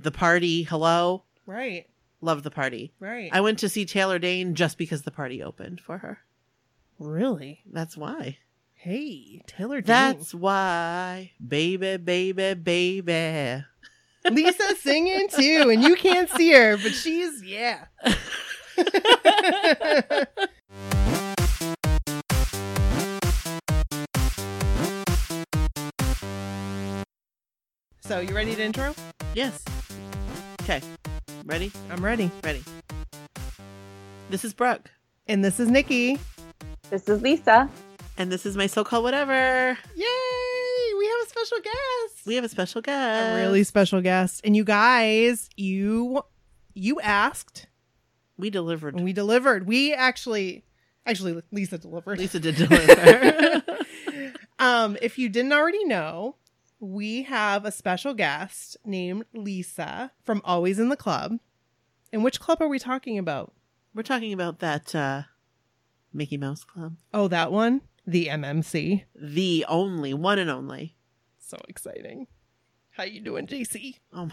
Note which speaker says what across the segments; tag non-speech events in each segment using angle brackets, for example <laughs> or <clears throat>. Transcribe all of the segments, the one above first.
Speaker 1: The party, hello.
Speaker 2: Right.
Speaker 1: Love the party.
Speaker 2: Right.
Speaker 1: I went to see Taylor Dane just because the party opened for her.
Speaker 2: really?
Speaker 1: That's why.
Speaker 2: Hey, Taylor Dane. <laughs>
Speaker 1: That's why. Baby, baby, baby.
Speaker 2: Lisa's singing too, and you can't see her, but she's yeah. <laughs> so you ready to intro?
Speaker 1: Yes. Okay. Ready?
Speaker 2: I'm ready.
Speaker 1: Ready. This is Brooke,
Speaker 2: And this is Nikki.
Speaker 3: This is Lisa.
Speaker 1: and this is my so called whatever.
Speaker 2: Yay! We have a special guest.
Speaker 1: We have a special
Speaker 2: a
Speaker 1: guest.
Speaker 2: really special guest. And you guys, you you asked
Speaker 1: We delivered.
Speaker 2: and we delivered. We actually actually Lisa delivered.
Speaker 1: Lisa did deliver.
Speaker 2: <laughs> um, if you didn't already know, we have a special guest named Lisa from Always in the Club. And which club are we talking about?
Speaker 1: We're talking about that uh, Mickey Mouse Club.
Speaker 2: Oh, that one? The MMC.
Speaker 1: The only, one and only.
Speaker 2: So exciting. How you doing, <laughs> JC?
Speaker 1: Oh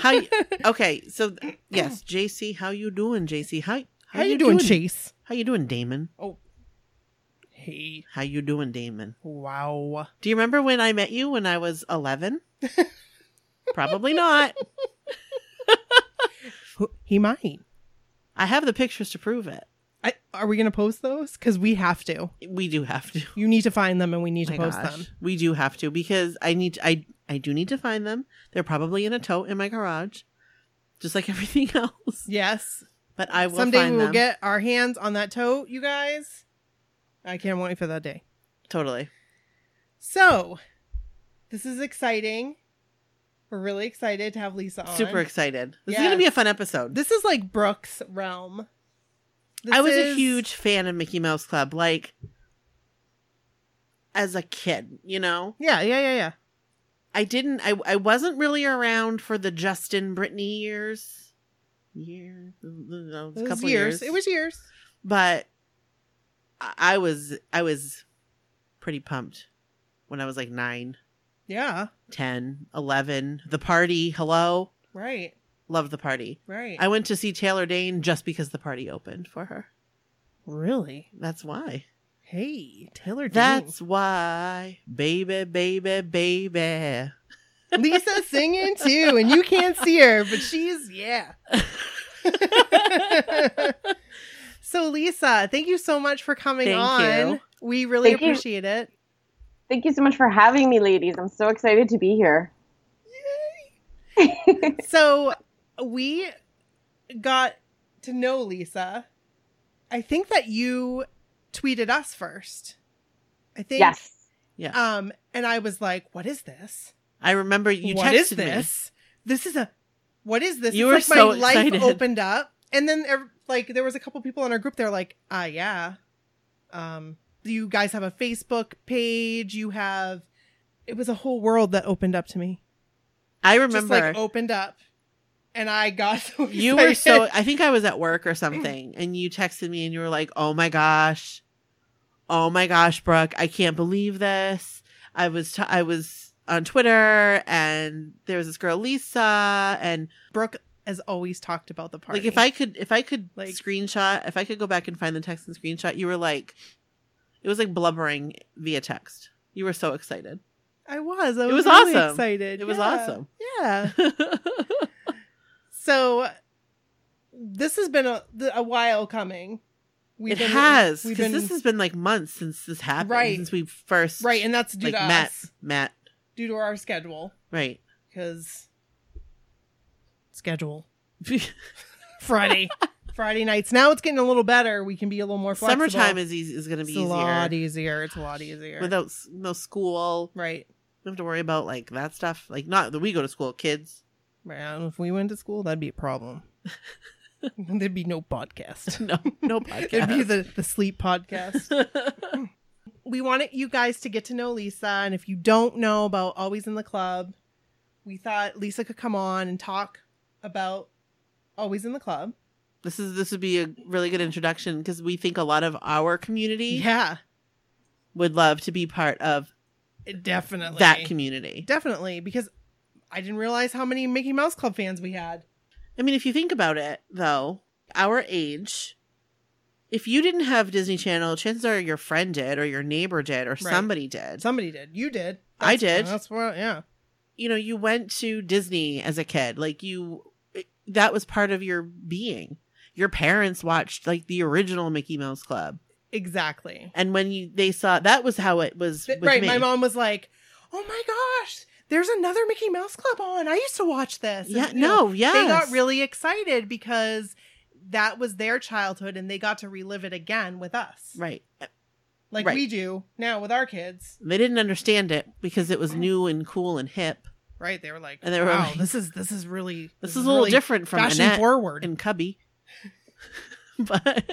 Speaker 1: How you- Okay, so yes, JC, how you doing, JC? How
Speaker 2: How, you, doing,
Speaker 1: Chase?
Speaker 2: Chase?
Speaker 1: How you doing, Damon?
Speaker 2: Hey.
Speaker 1: How you doing, Damon?
Speaker 2: Wow.
Speaker 1: Do you remember when I met you when I was
Speaker 2: <laughs>
Speaker 1: 11? Probably not.
Speaker 2: He might.
Speaker 1: I have the pictures to prove it.
Speaker 2: I, are we going to post those? Because we have to.
Speaker 1: We do have to.
Speaker 2: You need to find them and
Speaker 1: <laughs>
Speaker 2: we need to
Speaker 1: My
Speaker 2: post
Speaker 1: gosh.
Speaker 2: them.
Speaker 1: We do have to because I need to, I I do need to find them. They're probably in a tote in my garage, just like <laughs> everything else.
Speaker 2: Yes.
Speaker 1: But I will
Speaker 2: Someday
Speaker 1: find
Speaker 2: we will
Speaker 1: them.
Speaker 2: get our hands on that tote, you guys. I can't wait for that day.
Speaker 1: totally.
Speaker 2: So, this is exciting. We're really excited to have Lisa on.
Speaker 1: Super excited. This is
Speaker 2: Yes.
Speaker 1: gonna be a fun episode.
Speaker 2: This is like Brooke's realm. This
Speaker 1: I was a
Speaker 2: is-
Speaker 1: huge fan of Mickey Mouse Club, like as a kid, you know?
Speaker 2: Yeah, yeah, yeah, yeah.
Speaker 1: I didn't I I wasn't really around for the Justin Brittany years. Years, no,
Speaker 2: It
Speaker 1: it's a
Speaker 2: was
Speaker 1: couple years.
Speaker 2: years. It was years.
Speaker 1: but I- I was I was pretty pumped when I was like 9,
Speaker 2: Yeah.
Speaker 1: 10, 11. The party, hello,
Speaker 2: Right.
Speaker 1: love the party.
Speaker 2: Right.
Speaker 1: I went to see Taylor Dane just because the party opened for her.
Speaker 2: really.
Speaker 1: That's why.
Speaker 2: Hey, Taylor.
Speaker 1: That's why, baby, baby, baby.
Speaker 2: Dane. Lisa's singing too, and you can't see her, but she's yeah. <laughs> so, Lisa, thank you so much for coming
Speaker 1: Thank
Speaker 2: on.
Speaker 1: you.
Speaker 2: We really
Speaker 3: Thank you.
Speaker 2: appreciate it.
Speaker 3: Thank you so much for having me, ladies. I'm so excited to be here. <laughs>
Speaker 2: so we got to know Lisa. I think that you tweeted us first. I think
Speaker 3: Yes.
Speaker 2: Um, and I was like, "What is this?
Speaker 1: I remember you
Speaker 2: what
Speaker 1: texted
Speaker 2: is
Speaker 1: me.
Speaker 2: this? This is a what is this?
Speaker 1: You
Speaker 2: it's
Speaker 1: were
Speaker 2: like
Speaker 1: so
Speaker 2: my life
Speaker 1: excited.
Speaker 2: opened up, and then ev- like there was a couple people in our group. They're like, "Ah, yeah. Um, you guys have a Facebook page. You have." It was a whole world that opened up to me.
Speaker 1: I remember
Speaker 2: just like oh, opened up and I got <laughs> so
Speaker 1: you were so
Speaker 2: excited.
Speaker 1: I think I was at work or something and you texted me and you were like, "Oh my gosh. Oh my gosh, Brooke, I can't believe this. I was t- I was on Twitter and there was this girl Lisa and
Speaker 2: Brooke has always talked about the party.
Speaker 1: like if I could if I could
Speaker 2: Like-
Speaker 1: screenshot, if I could go back and find the text and screenshot, you were like it was like blubbering via text. You were so excited.
Speaker 2: I was, I
Speaker 1: It
Speaker 2: was,
Speaker 1: was
Speaker 2: really
Speaker 1: awesome.
Speaker 2: excited.
Speaker 1: It was
Speaker 2: Yeah.
Speaker 1: awesome.
Speaker 2: Yeah. So this has been a the- a while coming.
Speaker 1: it has because this has been like months since this happened
Speaker 2: Right.
Speaker 1: since we first
Speaker 2: right, and that's due
Speaker 1: like
Speaker 2: to
Speaker 1: Matt
Speaker 2: us,
Speaker 1: Matt
Speaker 2: due to our schedule,
Speaker 1: right
Speaker 2: because schedule Friday, Friday nights. Now it's getting a little better. We can be a little more flexible.
Speaker 1: <laughs> Summertime is easy, is going to
Speaker 2: it's
Speaker 1: be
Speaker 2: a lot
Speaker 1: easier
Speaker 2: easier. It's a lot easier.
Speaker 1: without s- no school.
Speaker 2: right.
Speaker 1: We don't have to worry about like that stuff. Like not that we go to school, kids.
Speaker 2: Man, if we went to school, that'd be
Speaker 1: <laughs>
Speaker 2: a problem. There'd be <laughs> no podcast.
Speaker 1: No, no
Speaker 2: It'd be
Speaker 1: podcast.
Speaker 2: the, the sleep podcast. we wanted you guys to get to know Lisa. And if you don't know about Always in the Club, we thought Lisa could come on and talk about Always in the Club.
Speaker 1: this is this would be a really good introduction because we think a lot of our community
Speaker 2: Yeah,
Speaker 1: would love to be part of
Speaker 2: definitely.
Speaker 1: that community.
Speaker 2: Definitely, because I didn't realize how many Mickey Mouse Club fans we had.
Speaker 1: I mean, if you think about it, though, our age, if you didn't have Disney Channel, chances are your friend did, or your neighbor did, or somebody did.
Speaker 2: Somebody did. You did.
Speaker 1: I did.
Speaker 2: That's what. Yeah.
Speaker 1: you know, you went to Disney as a kid. Like, you, it- that was part of your being. Your parents watched, like, the original Mickey Mouse Club.
Speaker 2: Exactly.
Speaker 1: And when you, they saw, that was how it was.
Speaker 2: Th-
Speaker 1: With
Speaker 2: right.
Speaker 1: me.
Speaker 2: My mom was like, "Oh my gosh, there's another Mickey Mouse Club on. I used to watch this." And,
Speaker 1: Yeah,
Speaker 2: you know,
Speaker 1: no, yeah.
Speaker 2: They got really excited because that was their childhood, and they got to relive it again with us,
Speaker 1: Right.
Speaker 2: like
Speaker 1: right.
Speaker 2: we do now with our kids.
Speaker 1: They didn't understand it because it was new and cool and hip.
Speaker 2: Right? They were like,
Speaker 1: And they were
Speaker 2: "Wow,
Speaker 1: like-
Speaker 2: this is this is really
Speaker 1: <laughs> This, is, a little
Speaker 2: really
Speaker 1: different from
Speaker 2: fashion
Speaker 1: Annette
Speaker 2: forward."
Speaker 1: and Cubby. <laughs> but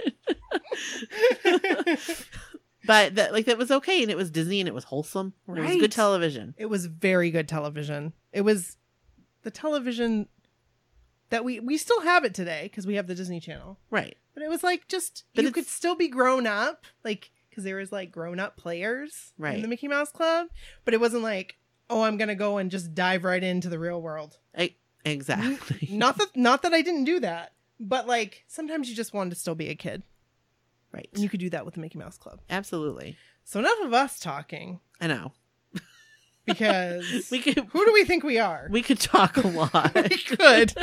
Speaker 1: but that like that was okay and it was Disney and it was wholesome. and It was
Speaker 2: Right.
Speaker 1: good television.
Speaker 2: <laughs> It was very good television. It was the television that we we still have it today because we have the Disney Channel.
Speaker 1: Right.
Speaker 2: But it was like just
Speaker 1: But
Speaker 2: you
Speaker 1: it's-
Speaker 2: could still be grown up, like because there was like grown up players
Speaker 1: Right.
Speaker 2: in the Mickey Mouse Club. But it wasn't like oh I'm gonna go and just dive right into the
Speaker 1: <laughs>
Speaker 2: real world.
Speaker 1: I,
Speaker 2: <laughs>
Speaker 1: exactly.
Speaker 2: Not that not that I didn't do that, but like sometimes you just wanted to still be a kid,
Speaker 1: right.
Speaker 2: and you could do that with the Mickey Mouse Club.
Speaker 1: Absolutely.
Speaker 2: So enough of us talking
Speaker 1: <laughs> I know.
Speaker 2: because
Speaker 1: We could
Speaker 2: who do we think we are? <laughs>
Speaker 1: we could talk a
Speaker 2: we
Speaker 1: lot.
Speaker 2: could.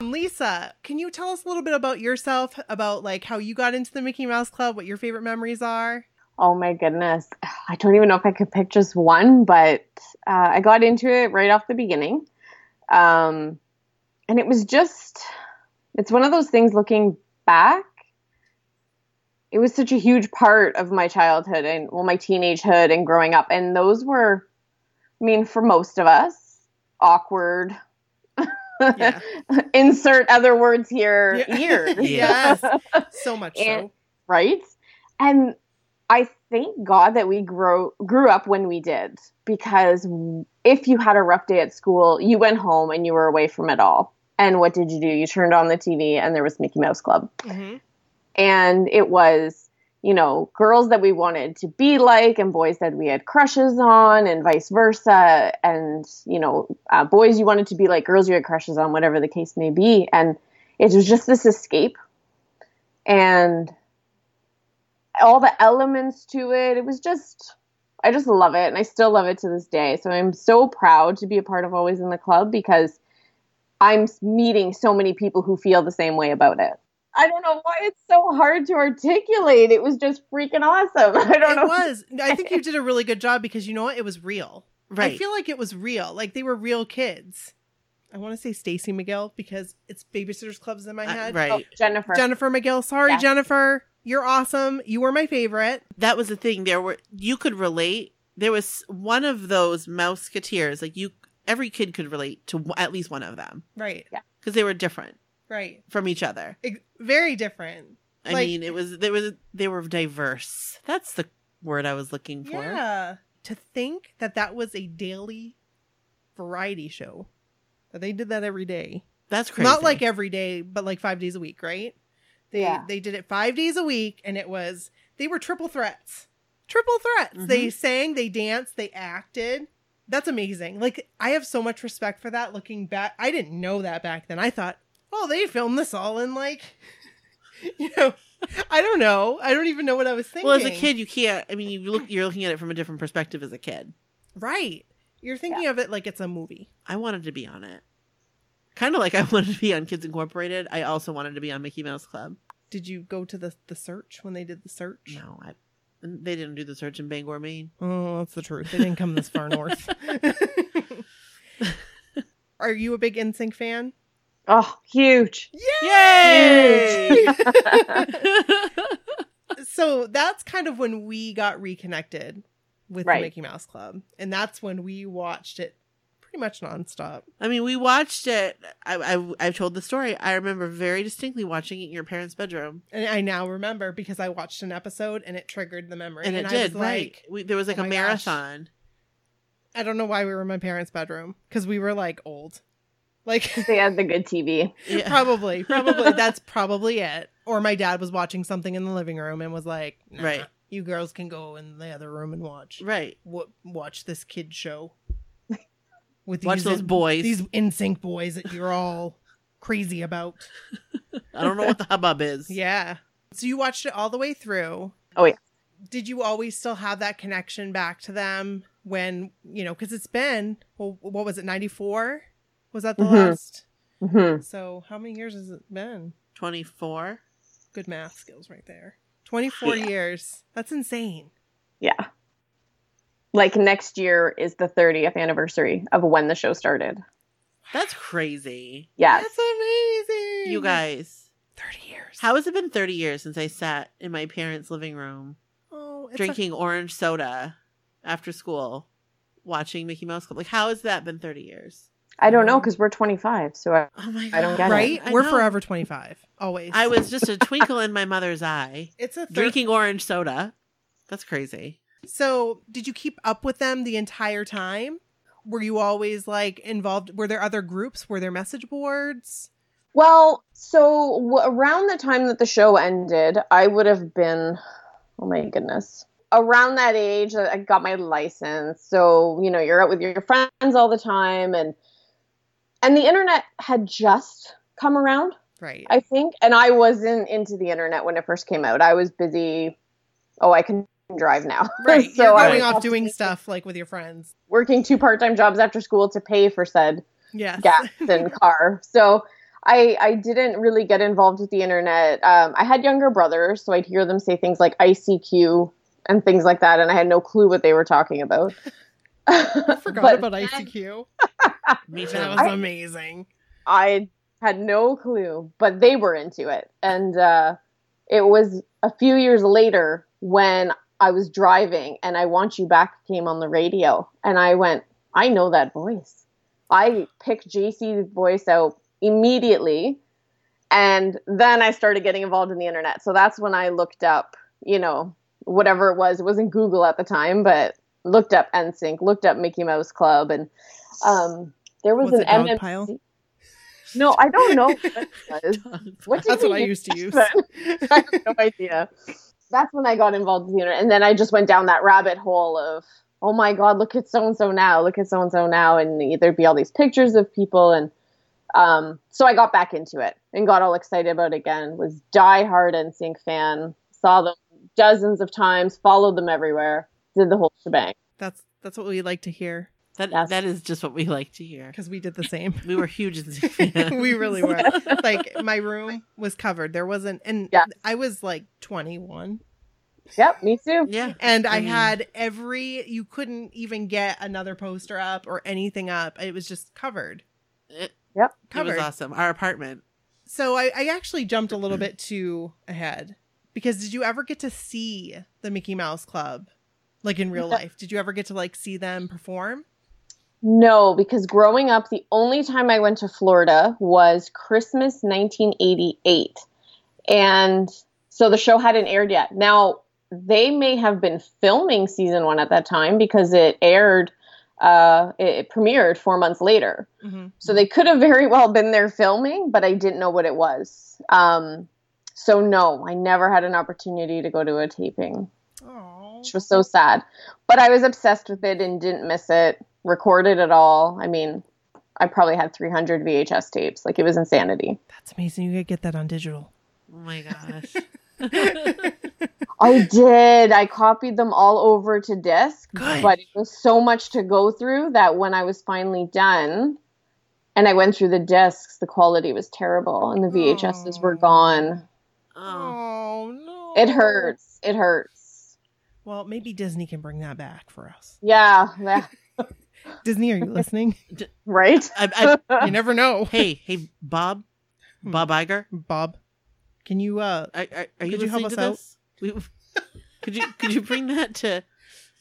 Speaker 2: Lisa, can you tell us a little bit about yourself, about like how you got into the Mickey Mouse Club, what your favorite memories are?
Speaker 3: Oh my goodness. I don't even know if I could pick just one, but uh, I got into it right off the beginning. Um, and it was just, it's one of those things looking back. It was such a huge part of my childhood and, well, my teenagehood and growing up. And those were, I mean, for most of us, awkward.
Speaker 2: Yeah.
Speaker 3: <laughs> Insert other words here,
Speaker 2: <laughs> Yeah.
Speaker 3: years.
Speaker 2: Yes. So much
Speaker 3: And-
Speaker 2: so.
Speaker 3: right? And I thank God that we grow grew up when we did, because if you had a rough day at school, you went home and you were away from it all. And what did you do? You turned on the TV and there was Mickey Mouse Club
Speaker 2: Mhm.
Speaker 3: and it was you know girls that we wanted to be like and boys that we had crushes on and vice versa and you know uh, boys you wanted to be like girls you had crushes on whatever the case may be and it was just this escape and all the elements to it it was just i just love it and i still love it to this day so i'm so proud to be a part of always in the club because i'm meeting so many people who feel the same way about it I don't know why it's so hard to articulate. It was just freaking awesome. <laughs> I don't
Speaker 2: It
Speaker 3: know.
Speaker 2: was. I think you did a really good job because you know what? It was real.
Speaker 1: right.
Speaker 2: I feel like it was real. Like they were real kids. I want to say Stacy McGill because it's Babysitters Clubs in my
Speaker 1: Uh,
Speaker 2: head.
Speaker 1: right.
Speaker 3: Oh, Jennifer.
Speaker 2: Jennifer McGill. Sorry,
Speaker 3: Yeah.
Speaker 2: Jennifer. You're awesome. You were my favorite.
Speaker 1: that was the thing. There were you could relate. There was one of those mouseketeers. Like you, every kid could relate to w- at least one of them
Speaker 2: Right.
Speaker 1: because they were different
Speaker 2: Right.
Speaker 1: from each other.
Speaker 2: Ex- very different.
Speaker 1: I
Speaker 2: Like-
Speaker 1: mean, it was there was they were diverse. That's the word I was looking for.
Speaker 2: Yeah. To think that that was a daily variety show. That they did that every day.
Speaker 1: That's crazy.
Speaker 2: Not like every day, but like 5 days a week, right? They
Speaker 3: Yeah.
Speaker 2: they did it 5 days a week and it was they were triple threats. Triple threats. They sang, they danced, they acted. That's amazing. Like I have so much respect for that looking back. I didn't know that back then. I thought, "Oh, they filmed this all in like <laughs> you know, I don't know. I don't even know what I was thinking."
Speaker 1: well, as a kid, you can't. I mean, you look you're looking at it from a different perspective as a kid.
Speaker 2: Right. You're thinking of it like it's a movie.
Speaker 1: I wanted to be on it, kind of like I <laughs> wanted to be on Kids Incorporated. I also wanted to be on Mickey Mouse Club.
Speaker 2: Did you go to the the search when they did the search?
Speaker 1: No, I, they didn't do the search in Bangor, Maine.
Speaker 2: Oh, that's the truth. They didn't come this far north. Are you a big NSYNC fan?
Speaker 3: Oh, huge.
Speaker 1: Yay!
Speaker 2: So that's kind of when we got reconnected with
Speaker 3: Right.
Speaker 2: the Mickey Mouse Club, and that's when we watched it pretty much nonstop.
Speaker 1: <laughs> I mean, we watched it. I, I I've told the story. I remember very distinctly watching it in your parents' bedroom,
Speaker 2: And I now remember because I watched an episode and it triggered the memory.
Speaker 1: and it
Speaker 2: I
Speaker 1: did
Speaker 2: was like,
Speaker 1: right. we, there was like
Speaker 2: "Oh
Speaker 1: a
Speaker 2: my gosh."
Speaker 1: marathon.
Speaker 2: I don't know why we were in my parents' bedroom because we were like old, like <laughs>
Speaker 3: They had the good TV.
Speaker 1: Yeah.
Speaker 2: <laughs> probably probably that's probably it or my dad was watching something in the living room and was like nah,
Speaker 1: Right.
Speaker 2: you girls can go in the other room and watch
Speaker 1: Right.
Speaker 2: wa- watch this kid show with
Speaker 1: Watch
Speaker 2: these
Speaker 1: those
Speaker 2: in-
Speaker 1: boys.
Speaker 2: these in sync boys that you're all crazy about.
Speaker 1: I don't know
Speaker 2: <laughs>
Speaker 1: what the hubbub is.
Speaker 2: Yeah. So you watched it all the way through.
Speaker 3: Oh, yeah.
Speaker 2: Did you always still have that connection back to them when, you know, because it's been, well, what was it, 94? Was that the
Speaker 3: Mhm.
Speaker 2: last?
Speaker 3: hmm
Speaker 2: So how many years has it been?
Speaker 1: 24.
Speaker 2: Good math skills right there. 24
Speaker 3: Yeah.
Speaker 2: years. That's insane.
Speaker 3: Yeah. Like next year is the 30th anniversary of when the show started.
Speaker 1: That's crazy.
Speaker 3: Yes.
Speaker 2: That's amazing.
Speaker 1: You guys,
Speaker 2: 30 years.
Speaker 1: how has it been 30 years since I sat in my parents' living room
Speaker 2: oh, it's a-
Speaker 1: drinking orange soda after school watching Mickey Mouse Club? Like, how has that been 30 years?
Speaker 3: I don't know because we're 25. So I,
Speaker 1: Oh my God.
Speaker 3: I don't get it.
Speaker 2: right?
Speaker 1: I
Speaker 2: We're
Speaker 1: know.
Speaker 2: forever 25. Always.
Speaker 1: I was just
Speaker 2: <laughs>
Speaker 1: a twinkle in my mother's eye
Speaker 2: It's a 30-
Speaker 1: drinking orange soda. That's crazy.
Speaker 2: So, did you keep up with them the entire time? Were you always like involved? Were there other groups? Were there message boards?
Speaker 3: well, so w- around the time that the show ended, I would have been, oh my goodness, around that age that I got my license. So, you know, you're out with your friends all the time and, and the internet had just come around.
Speaker 2: Right.
Speaker 3: I think. And I wasn't into the internet when it first came out. I was busy. Oh, I can drive now.
Speaker 2: right.
Speaker 3: <laughs> so
Speaker 2: You're
Speaker 3: I
Speaker 2: going
Speaker 3: was
Speaker 2: off
Speaker 3: off
Speaker 2: doing
Speaker 3: doing-
Speaker 2: stuff like with your friends.
Speaker 3: Working two part-time jobs after school to pay for said
Speaker 2: Yes.
Speaker 3: gas and car. So I I didn't really get involved with the internet. Um, I had younger brothers, so I'd hear them say things like ICQ and things like that, and I had no clue what they were talking about.
Speaker 2: <laughs>
Speaker 3: <laughs>
Speaker 2: I forgot
Speaker 3: But
Speaker 2: about ICQ.
Speaker 1: Me too.
Speaker 2: That was amazing.
Speaker 3: I had no clue, but they were into it. And uh, it was a few years later when I was driving and I Want You Back came on the radio. And I went, I know that voice. I picked JC's voice out immediately. And then I started getting involved in the internet. So that's when I looked up, you know, whatever it was. It wasn't Google at the time, but looked up NSYNC, looked up Mickey Mouse Club. And um, there was,
Speaker 2: Was
Speaker 3: an
Speaker 2: it dog
Speaker 3: MMC
Speaker 2: pile?
Speaker 3: no, I don't know what it
Speaker 2: <laughs>
Speaker 3: was. <laughs> What did
Speaker 2: That's what
Speaker 3: we
Speaker 2: I
Speaker 3: do
Speaker 2: used to
Speaker 3: <laughs>
Speaker 2: use. <laughs>
Speaker 3: then? I have no idea. That's when I got involved with the internet, and then I just went down that rabbit hole of, oh my god, look at so and so now, look at so and so now, and there'd be all these pictures of people, and um, so I got back into it and got all excited about it again. Was diehard NSYNC fan, saw them dozens of times, followed them everywhere, did the whole shebang.
Speaker 2: That's that's what we like to hear
Speaker 1: That,
Speaker 3: Yes.
Speaker 1: that is just what we like to hear.
Speaker 2: because we did the same.
Speaker 1: We were huge
Speaker 2: <laughs>
Speaker 1: in
Speaker 2: we
Speaker 1: <laughs>
Speaker 2: really were. Like my room was covered. There wasn't, and
Speaker 3: Yeah.
Speaker 2: I was like 21.
Speaker 3: Yep, me too.
Speaker 1: Yeah.
Speaker 2: and I
Speaker 1: mean,
Speaker 2: had every you couldn't even get another poster up or anything up. It was just covered.
Speaker 1: it, it
Speaker 2: Covered.
Speaker 1: was awesome. Our apartment.
Speaker 2: So I, I actually jumped a little bit too ahead. Because did you ever get to see the Mickey Mouse Club? Like in real
Speaker 3: Yeah.
Speaker 2: life. Did you ever get to like see them perform?
Speaker 3: No, because growing up, the only time I went to Florida was Christmas 1988. And so the show hadn't aired yet. Now, they may have been filming season one at that time because it aired, uh, it, it premiered four months later.
Speaker 2: hmm
Speaker 3: So they could have very well been there filming, but I didn't know what it was. Um, so, no, I never had an opportunity to go to a taping
Speaker 2: Oh.
Speaker 3: which was so sad. But I was obsessed with it and didn't miss it. Recorded it all. I mean, I probably had 300 VHS tapes. Like it was insanity.
Speaker 2: That's amazing. You could get that on
Speaker 1: <laughs>
Speaker 2: digital. <laughs>
Speaker 1: Oh my gosh.
Speaker 3: I did. I copied them all over to disc,
Speaker 1: Good.
Speaker 3: but it was so much to go through that when I was finally done and I went through the discs, the quality was terrible and the VHSs were
Speaker 2: Aw.
Speaker 3: gone.
Speaker 1: Oh,
Speaker 2: oh no.
Speaker 3: It hurts. It hurts.
Speaker 2: Well, maybe Disney can bring that back for us.
Speaker 3: Yeah. yeah,
Speaker 2: Disney, are you listening?
Speaker 3: Right?
Speaker 1: I,
Speaker 2: you never know.
Speaker 1: I, hey, hey, Bob, Bob Iger,
Speaker 2: Bob, can you uh
Speaker 1: are, are, are you
Speaker 2: Hmm. Could you help
Speaker 1: listening
Speaker 2: us
Speaker 1: to this? We, <laughs> could you could you bring that to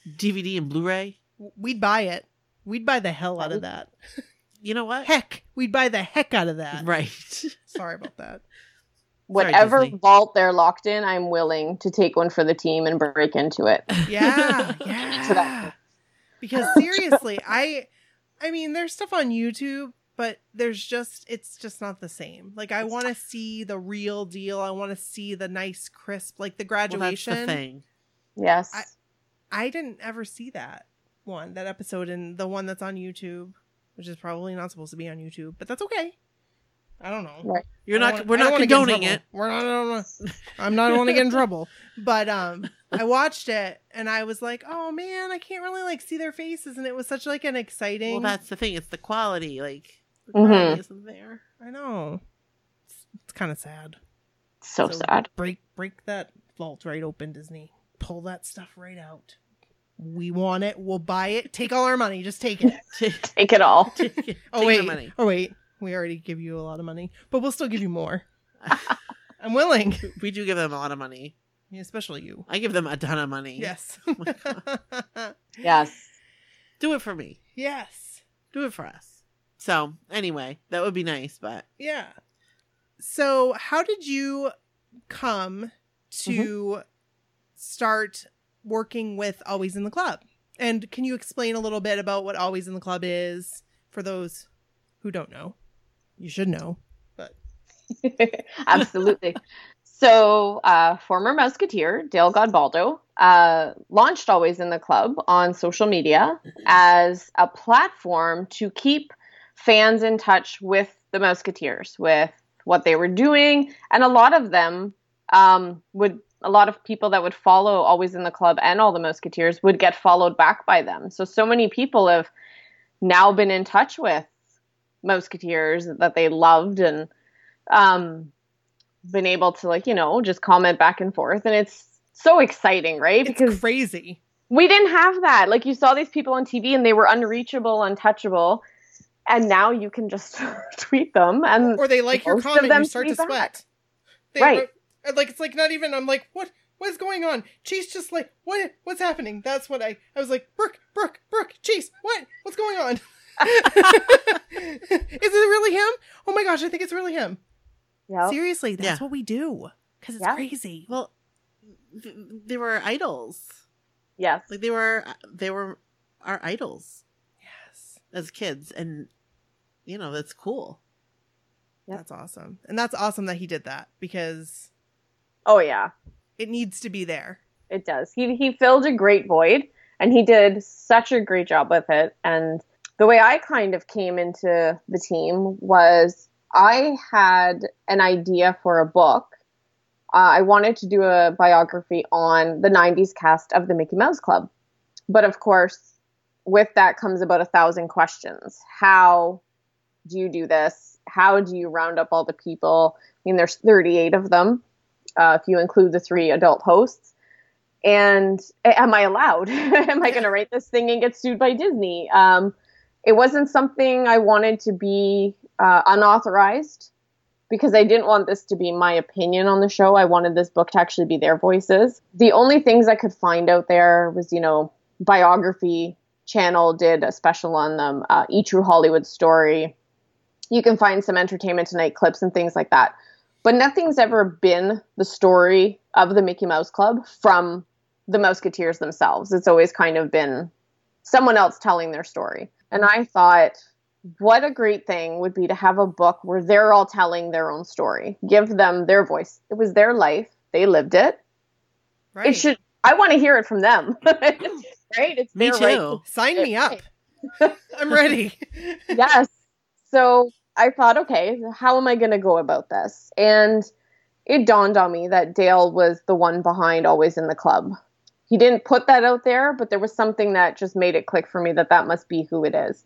Speaker 1: DVD and Blu-ray?
Speaker 2: we'd buy it. We'd buy the hell out of that.
Speaker 1: You know what?
Speaker 2: Heck, we'd buy the heck out of that.
Speaker 1: Right.
Speaker 2: Sorry about that.
Speaker 3: Whatever
Speaker 1: Disney.
Speaker 3: vault they're locked in, I'm willing to take one for the team and break into it.
Speaker 1: <laughs>
Speaker 2: <laughs> Yeah,
Speaker 3: To
Speaker 2: yeah.
Speaker 3: that.
Speaker 2: Because seriously, I I mean, there's stuff on YouTube, but there's just it's just not the same. Like I want to see the real deal. I want to see the nice crisp like the
Speaker 1: Well, that's
Speaker 2: graduation.
Speaker 1: the thing.
Speaker 3: Yes.
Speaker 2: I- I didn't ever see that one, that episode and the one that's on YouTube. which is probably not supposed to be on YouTube, but that's okay. I don't know.
Speaker 3: Right.
Speaker 1: You're
Speaker 2: I
Speaker 1: not.
Speaker 2: don't
Speaker 1: we're
Speaker 2: wanna- I
Speaker 1: not
Speaker 2: don't wanna
Speaker 1: condoning
Speaker 2: get in
Speaker 1: it.
Speaker 2: trouble. We're not. I don't wanna- I'm not want to get in trouble. <laughs> But um, I watched it and I was like, oh man, I can't really like see their faces, and it was such like an exciting.
Speaker 1: Well, that's the thing. It's the quality. Like, <laughs> the
Speaker 3: Mhm.
Speaker 1: quality isn't there.
Speaker 2: I know. It's, it's kind of sad.
Speaker 3: So,
Speaker 2: So-
Speaker 3: sad.
Speaker 2: Break break that vault right open, Disney. Pull that stuff right out. We want it. We'll buy it. Take all our money. Just take it.
Speaker 1: Take-
Speaker 3: Take it all.
Speaker 1: take-
Speaker 2: oh
Speaker 1: take
Speaker 2: wait.
Speaker 1: the money.
Speaker 2: Oh wait. We already give you a lot of money, but we'll still give you more. I'm willing,
Speaker 1: We do give them a lot of money.
Speaker 2: especially you.
Speaker 1: I give them a ton of money.
Speaker 2: Yes. <laughs>
Speaker 3: Yes.
Speaker 1: Do it for me.
Speaker 2: Yes.
Speaker 1: Do it for us. So anyway, that would be nice, but
Speaker 2: Yeah. So, how did you come to start working with Always in the Club? And can you explain a little bit about what Always in the Club is for those who don't know? You should know.
Speaker 3: <laughs> Absolutely. So, uh, former Musketeer Dale Godbaldo uh, launched Always in the Club on social media as a platform to keep fans in touch with the Musketeers, with what they were doing. And a lot of them um, would, a lot of people that would follow Always in the Club and all the Musketeers would get followed back by them. So, so many people have now been in touch with Musketeers that they loved and um, been able to like you know just comment back and forth and it's so exciting right
Speaker 2: It's
Speaker 3: because
Speaker 2: crazy.
Speaker 3: we didn't have that like you saw these people on tv and they were unreachable untouchable and now you can just <laughs> tweet them and
Speaker 2: Or they like your
Speaker 3: most of
Speaker 2: comment,
Speaker 3: them
Speaker 2: you start to
Speaker 3: tweet back.
Speaker 2: sweat. They
Speaker 3: Right.
Speaker 2: are- like it's like not even. I'm like, what? What's going on? Chase just like, what? What's happening? That's what I. I was like, Brooke, Brooke, Brooke, Chase, what? What's going on? <laughs> Is it really him? Oh my gosh, I think it's really him.
Speaker 3: yeah
Speaker 2: Seriously, that's
Speaker 1: Yeah.
Speaker 2: what we do because it's
Speaker 3: Yeah.
Speaker 2: crazy.
Speaker 1: well, th- they were idols.
Speaker 3: yes
Speaker 1: Like they were, they were our idols
Speaker 2: Yes,
Speaker 1: as kids, and you know that's cool.
Speaker 3: Yep.
Speaker 2: that's awesome, and that's awesome that he did that because
Speaker 3: oh yeah
Speaker 2: it needs to be there.
Speaker 3: it does he he filled a great void and he did such a great job with it and the way i kind of came into the team was i had an idea for a book uh, i wanted to do a biography on the 90s cast of the mickey mouse club but of course with that comes about a thousand questions how do you do this how do you round up all the people i mean there's 38 of them uh, if you include the three adult hosts and a- am I allowed? <laughs> am I going to write this thing and get sued by Disney? Um, it wasn't something I wanted to be uh, unauthorized because I didn't want this to be my opinion on the show. I wanted this book to actually be their voices. The only things I could find out there was, you know, biography channel did a special on them, uh, E True Hollywood Story. You can find some Entertainment Tonight clips and things like that. But nothing's ever been the story of the Mickey Mouse Club from the Musketeers themselves. It's always kind of been someone else telling their story. And I thought, what a great thing would be to have a book where they're all telling their own story, give them their voice. It was their life, they lived it.
Speaker 2: Right?
Speaker 3: It should. I want to hear it from them, <laughs> right? It's
Speaker 1: Me
Speaker 3: their
Speaker 1: too.
Speaker 3: right
Speaker 2: sign me
Speaker 3: <laughs>
Speaker 2: up. I'm ready. <laughs>
Speaker 3: yes. So I thought, okay, how am I going to go about this? And it dawned on me that Dale was the one behind Always in the Club. He didn't put that out there, but there was something that just made it click for me that that must be who it is.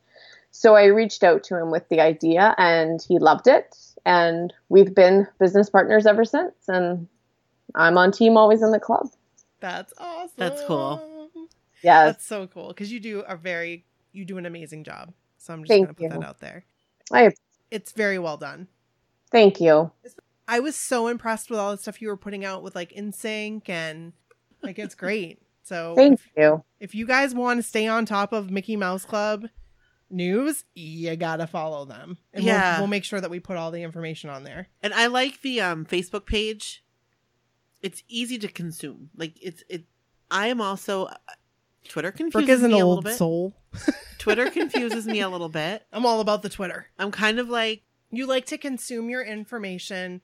Speaker 3: So I reached out to him with the idea and he loved it. And we've been business partners ever since. And I'm on Team Always in the Club.
Speaker 2: That's awesome.
Speaker 1: That's cool.
Speaker 3: Yes.
Speaker 2: That's so cool because you do a very you do an amazing job. So I'm just
Speaker 3: Thank
Speaker 2: gonna put
Speaker 3: you.
Speaker 2: that out there.
Speaker 3: I,
Speaker 2: It's very well done.
Speaker 3: thank you.
Speaker 2: I was so impressed with all the stuff you were putting out with like InSync and like it's great. So
Speaker 3: Thank
Speaker 2: if,
Speaker 3: you.
Speaker 2: if you guys want to stay on top of Mickey Mouse Club news, you gotta follow them. And we'll-
Speaker 1: Yeah.
Speaker 2: we'll, make sure that we put all the information on there.
Speaker 1: And I like the um Facebook page. It's easy to consume. Like it's it. I am also uh, Twitter
Speaker 2: Brooke
Speaker 1: confuses
Speaker 2: is an
Speaker 1: me a little
Speaker 2: old
Speaker 1: bit.
Speaker 2: soul. <laughs>
Speaker 1: Twitter confuses me a little bit.
Speaker 2: I'm all about the Twitter.
Speaker 1: I'm kind of like
Speaker 2: you like to consume your information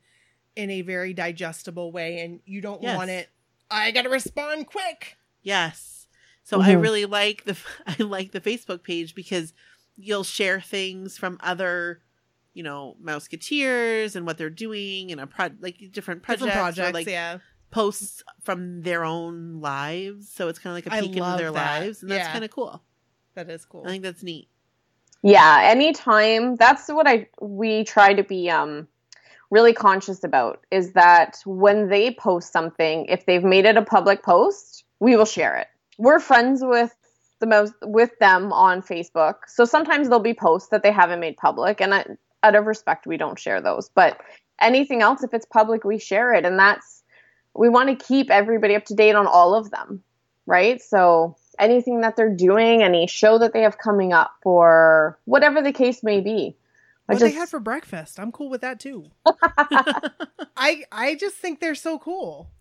Speaker 2: in a very digestible way and you don't
Speaker 1: Yes.
Speaker 2: want it i gotta respond quick
Speaker 1: yes. So I
Speaker 3: Mhm.
Speaker 2: Mm-hmm.
Speaker 1: <laughs> really like the I like the Facebook page because you'll share things from other, you know, Mouseketeers and what they're doing and a pro like different projects,
Speaker 2: Different
Speaker 1: or,
Speaker 2: projects,
Speaker 1: like
Speaker 2: yeah.
Speaker 1: posts from their own lives. So it's kind of like
Speaker 2: I
Speaker 1: a peek into
Speaker 2: love
Speaker 1: their
Speaker 2: that.
Speaker 1: lives, and that's
Speaker 2: Yeah.
Speaker 1: kind of cool.
Speaker 2: That is cool.
Speaker 1: I think that's neat.
Speaker 3: Yeah, anytime. That's what I we try to be um really conscious about is that when they post something, if they've made it a public post, we will share it. We're friends with the most with them on Facebook. So sometimes there'll be posts that they haven't made public and I, out of respect we don't share those. But anything else if it's public, we share it and that's we want to keep everybody up to date on all of them, right? So anything that they're doing, any show that they have coming up, or whatever the case may be. I
Speaker 2: what
Speaker 3: just
Speaker 2: they had for breakfast. I'm cool with that too. <laughs> I I just think they're so cool.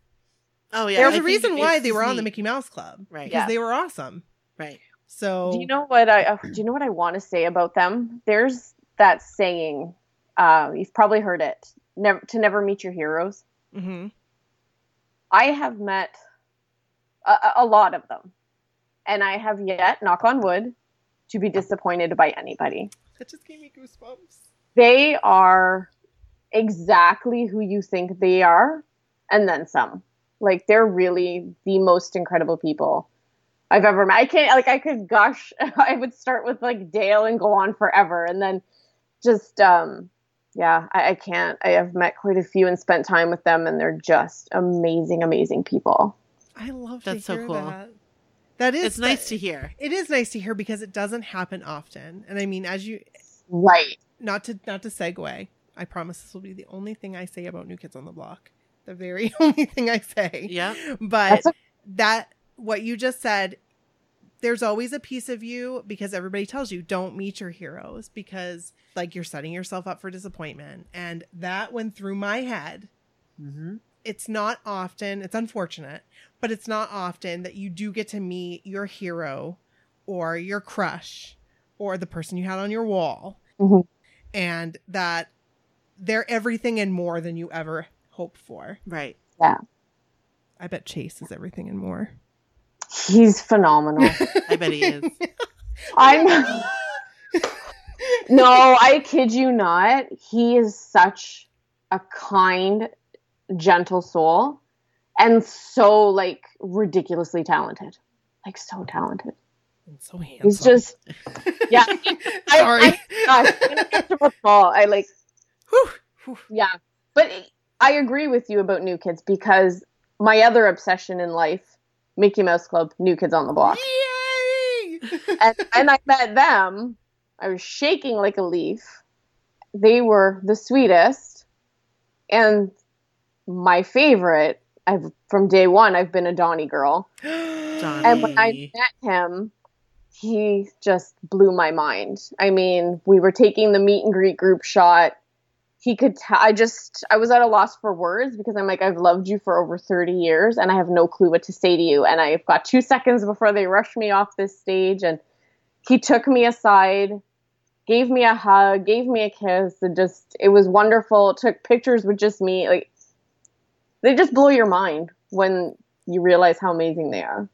Speaker 1: Oh yeah,
Speaker 2: There's
Speaker 1: I
Speaker 2: a
Speaker 1: think
Speaker 2: reason why
Speaker 1: it's
Speaker 2: they were
Speaker 1: just
Speaker 2: on the
Speaker 1: neat.
Speaker 2: Mickey Mouse Club
Speaker 1: right,
Speaker 2: because
Speaker 3: Yeah.
Speaker 2: they were awesome.
Speaker 1: right.
Speaker 2: So
Speaker 3: do you know what I uh, do you know what I want to say about them? There's that saying, uh, you've probably heard it, never to never meet your heroes.
Speaker 2: hmm
Speaker 3: I have met a, a- a lot of them, and I have yet, knock on wood, to be disappointed by anybody.
Speaker 2: that just gave me goosebumps.
Speaker 3: they are exactly who you think they are and then some like they're really the most incredible people i've ever met i can't like i could gush <laughs> i would start with like dale and go on forever and then just um yeah I, I can't i have met quite a few and spent time with them and they're just amazing amazing people
Speaker 2: I love
Speaker 1: That's
Speaker 2: to
Speaker 1: so
Speaker 2: hear
Speaker 1: cool.
Speaker 2: that. That is
Speaker 1: It's nice to hear.
Speaker 2: It is nice to hear because it doesn't happen often. And I mean, as you
Speaker 3: right
Speaker 2: not to not to segue, I promise this will be the only thing I say about New Kids on the Block. The very <laughs> only thing I say.
Speaker 1: Yeah,
Speaker 2: But
Speaker 3: That's a-
Speaker 2: that what you just said, there's always a piece of you because everybody tells you don't meet your heroes because like you're setting yourself up for disappointment. And that went through my head
Speaker 1: hmm
Speaker 2: it's not often, it's unfortunate, but it's not often that you do get to meet your hero or your crush or the person you had on your wall
Speaker 3: Mhm.
Speaker 2: and that they're everything and more than you ever hope for.
Speaker 1: right.
Speaker 2: I bet Chase is everything and more.
Speaker 3: he's phenomenal
Speaker 1: I bet he
Speaker 2: <laughs>
Speaker 1: is.
Speaker 3: <laughs> i'm no, I kid you not. He is such a kind, gentle soul and so like ridiculously talented. Like so talented.
Speaker 2: And so handsome. <laughs>
Speaker 3: He's just yeah.
Speaker 2: Sorry.
Speaker 3: gosh, inexpressible soul. I like
Speaker 2: Whew, whew.
Speaker 3: yeah. But I agree with you about new kids because my other obsession in life, Mickey Mouse Club, New Kids on the Block.
Speaker 2: <laughs> Yay!
Speaker 3: <laughs> and when I met them, I was shaking like a leaf. They were the sweetest, and my favorite. I've from day one. I've been a Donnie girl,
Speaker 1: Donnie.
Speaker 3: and when I
Speaker 1: Hey.
Speaker 3: met him, he just blew my mind. I mean, we were taking the meet and greet group shot. He could tell. I just, I was at a loss for words because I'm like, I've loved you for over 30 years and I have no clue what to say to you. And I've got two seconds before they rush me off this stage. And he took me aside, gave me a hug, gave me a kiss. It just, it was wonderful. Took pictures with just me. Like, they just blow your mind when you realize how amazing they are.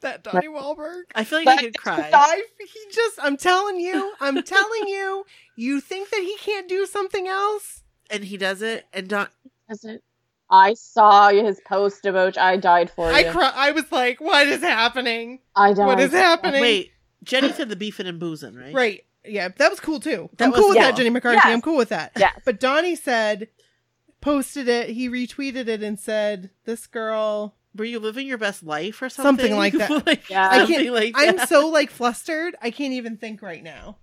Speaker 2: that Donnie Wahlberg.
Speaker 1: I feel like
Speaker 3: But-
Speaker 1: I could cry.
Speaker 2: I, he just, I'm telling you, I'm telling you, you think that he can't do something else?
Speaker 1: And he does it. And Don,
Speaker 3: Is it? I saw his post about I died
Speaker 1: Oh,
Speaker 3: for
Speaker 2: I
Speaker 3: you.
Speaker 2: cry. I was like, what is happening?
Speaker 3: I died.
Speaker 2: What is
Speaker 3: <laughs>
Speaker 2: happening?
Speaker 1: wait, Jenny said the beefing and boozing, right?
Speaker 2: Right. Yeah, that was cool too.
Speaker 1: That
Speaker 2: I'm
Speaker 1: was
Speaker 2: cool with
Speaker 1: cool.
Speaker 2: that, Jenny McCarthy.
Speaker 3: Yes.
Speaker 2: I'm cool with that.
Speaker 3: Yes.
Speaker 2: But Donnie said, posted it, he retweeted it and said, this girl,
Speaker 1: Were you living your best life or something? <laughs>
Speaker 2: Something like that.
Speaker 1: Like,
Speaker 3: Yeah.
Speaker 2: I can't-
Speaker 1: something like
Speaker 2: I'm
Speaker 1: <laughs> that.
Speaker 2: so like flustered. I can't even think right now.